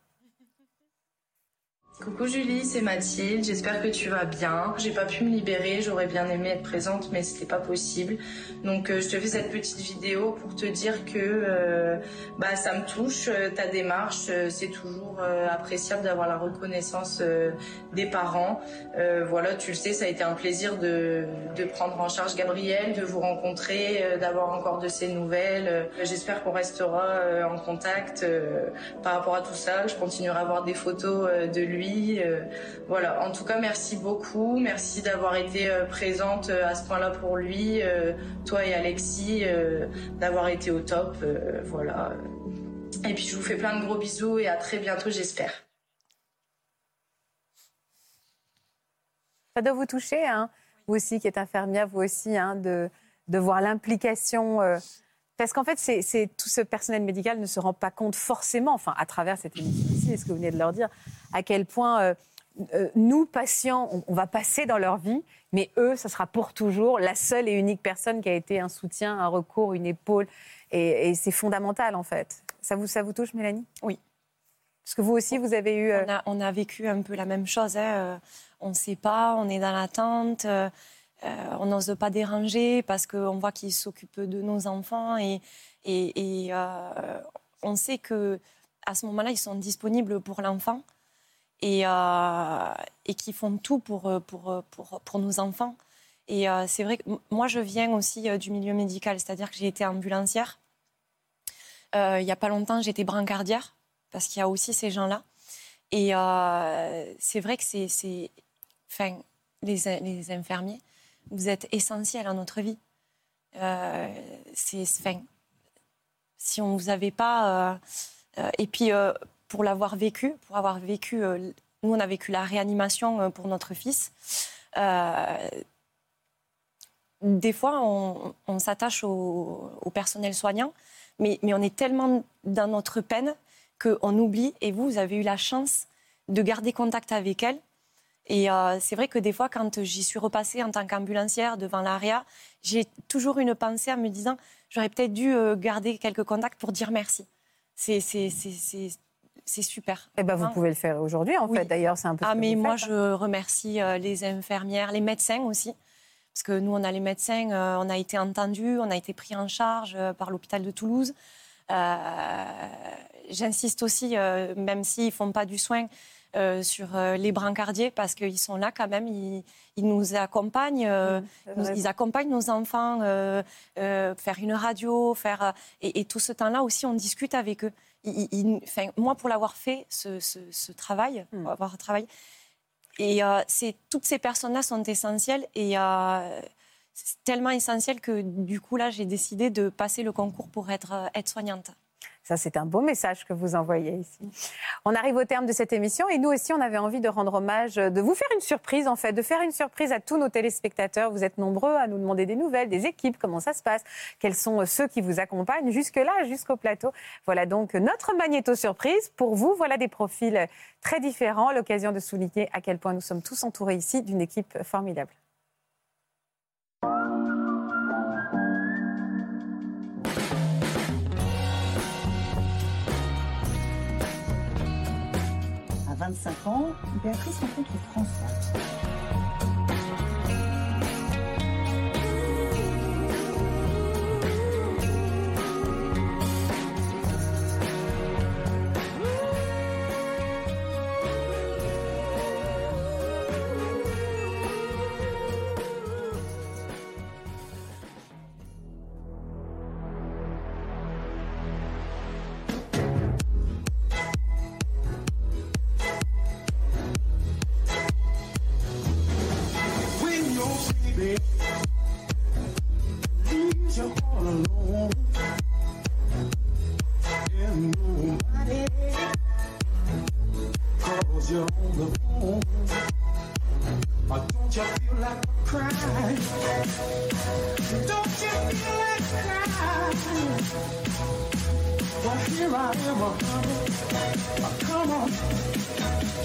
Coucou Julie, c'est Mathilde, j'espère que tu vas bien. J'ai pas pu me libérer, j'aurais bien aimé être présente, mais c'était pas possible. Donc euh, je te fais cette petite vidéo pour te dire que euh, bah, ça me touche, euh, ta démarche, euh, c'est toujours euh, appréciable d'avoir la reconnaissance euh, des parents. Euh, voilà, tu le sais, ça a été un plaisir de, de prendre en charge Gabriel, de vous rencontrer, euh, d'avoir encore de ses nouvelles. Euh, J'espère qu'on restera euh, en contact. euh, par rapport à tout ça. Je continuerai à avoir des photos euh, de lui vie. euh, voilà, en tout cas, merci beaucoup. Merci d'avoir été euh, présente euh, à ce point-là pour lui, euh, toi et Alexis, euh, d'avoir été au top. euh, voilà. Et puis, je vous fais plein de gros bisous et à très bientôt, j'espère.
Ça doit vous toucher, hein, vous aussi qui êtes infirmière, vous aussi, hein, de, de voir l'implication. euh, parce qu'en fait, c'est c'est- tout ce personnel médical ne se rend pas compte forcément, enfin, à travers cette émission ici, et ce que vous venez de leur dire, à quel point euh, euh, nous, patients, on, on va passer dans leur vie, mais eux, ça sera pour toujours la seule et unique personne qui a été un soutien, un recours, une épaule. Et, et c'est fondamental, en fait. Ça vous, ça vous touche, Mélanie
Oui.
Parce que vous aussi, vous avez eu... euh,
On a, on a vécu un peu la même chose. hein, euh, On ne sait pas, on est dans l'attente, euh, euh, on n'ose pas déranger parce qu'on voit qu'ils s'occupent de nos enfants et, et, et, euh, on sait que à ce moment-là, ils sont disponibles pour l'enfant et, euh, et qu'ils font tout pour, euh, pour, euh, pour, pour nos enfants. Et euh, c'est vrai que m- moi, je viens aussi euh, du milieu médical, c'est-à-dire que j'ai été ambulancière. Euh, il n'y a pas longtemps, j'étais brancardière, parce qu'il y a aussi ces gens-là. Et euh, c'est vrai que c'est. c'est- Enfin, les, in- les infirmiers, vous êtes essentiels à notre vie. Euh, c'est. c'est- Enfin, si on vous avait pas. euh, euh, et puis, euh, pour l'avoir vécu, pour avoir vécu. euh, l- nous, on a vécu la réanimation euh, pour notre fils. Euh, des fois, on, on s'attache au, au personnel soignant, mais, mais on est tellement dans notre peine qu'on oublie. Et vous, vous avez eu la chance de garder contact avec elle. Et euh, c'est vrai que des fois, quand j'y suis repassée en tant qu'ambulancière devant l'ARIA, j'ai toujours une pensée en me disant j'aurais peut-être dû euh, garder quelques contacts pour dire merci. C'est c'est- c'est- c'est- c'est super.
Eh ben, vous
Vraiment.
pouvez le faire aujourd'hui, en fait. D'ailleurs, c'est un peu. ce
Ah,
que
mais
vous
moi,
faites, hein.
je remercie euh, les infirmières, les médecins aussi. Parce que nous, on a les médecins, euh, on a été entendus, on a été pris en charge euh, par l'hôpital de Toulouse. Euh, J'insiste aussi, euh, même s'ils ne font pas du soin, euh, sur euh, les brancardiers, parce qu'ils sont là quand même, ils, ils nous accompagnent, euh, nous-
Mmh, vrai.
ils accompagnent nos enfants, euh, euh, faire une radio, faire... euh, Et, et tout ce temps-là aussi, on discute avec eux. Ils- ils- ils- enfin, moi, pour l'avoir fait, ce, ce- ce travail,
Mmh.
pour avoir travaillé, et euh, c'est- toutes ces personnes-là sont essentielles et euh, c'est tellement essentiel que du coup, là, j'ai décidé de passer le concours pour être euh, aide-soignante.
Ça, c'est un beau message que vous envoyez ici. On arrive au terme de cette émission et nous aussi, on avait envie de rendre hommage, euh, de vous faire une surprise en fait, de faire une surprise à tous nos téléspectateurs. Vous êtes nombreux à nous demander des nouvelles, des équipes, comment ça se passe, quels sont euh, ceux qui vous accompagnent jusque-là, jusqu'au plateau. Voilà donc notre magnéto surprise. Pour vous, voilà des profils euh, très différents, l'occasion de souligner à quel point nous sommes tous entourés ici d'une équipe euh, formidable.
À 25 ans, Béatrice rencontre François.
When you're sleeping, leaves you all alone. And nobody calls you on the phone. Or don't you feel like crying? Don't you feel like crying? Well, here I am, uh, honey. Come on.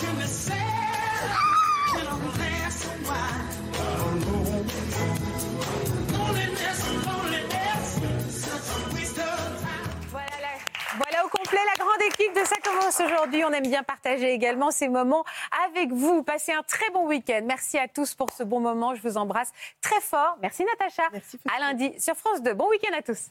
Can I say, can I last a while?
vacances aujourd'hui. On aime bien partager également ces moments avec vous. Passez un très bon week-end. Merci à tous pour ce bon moment. Je vous embrasse très fort. Merci Natacha. Merci. À lundi sur France 2. Bon week-end à tous.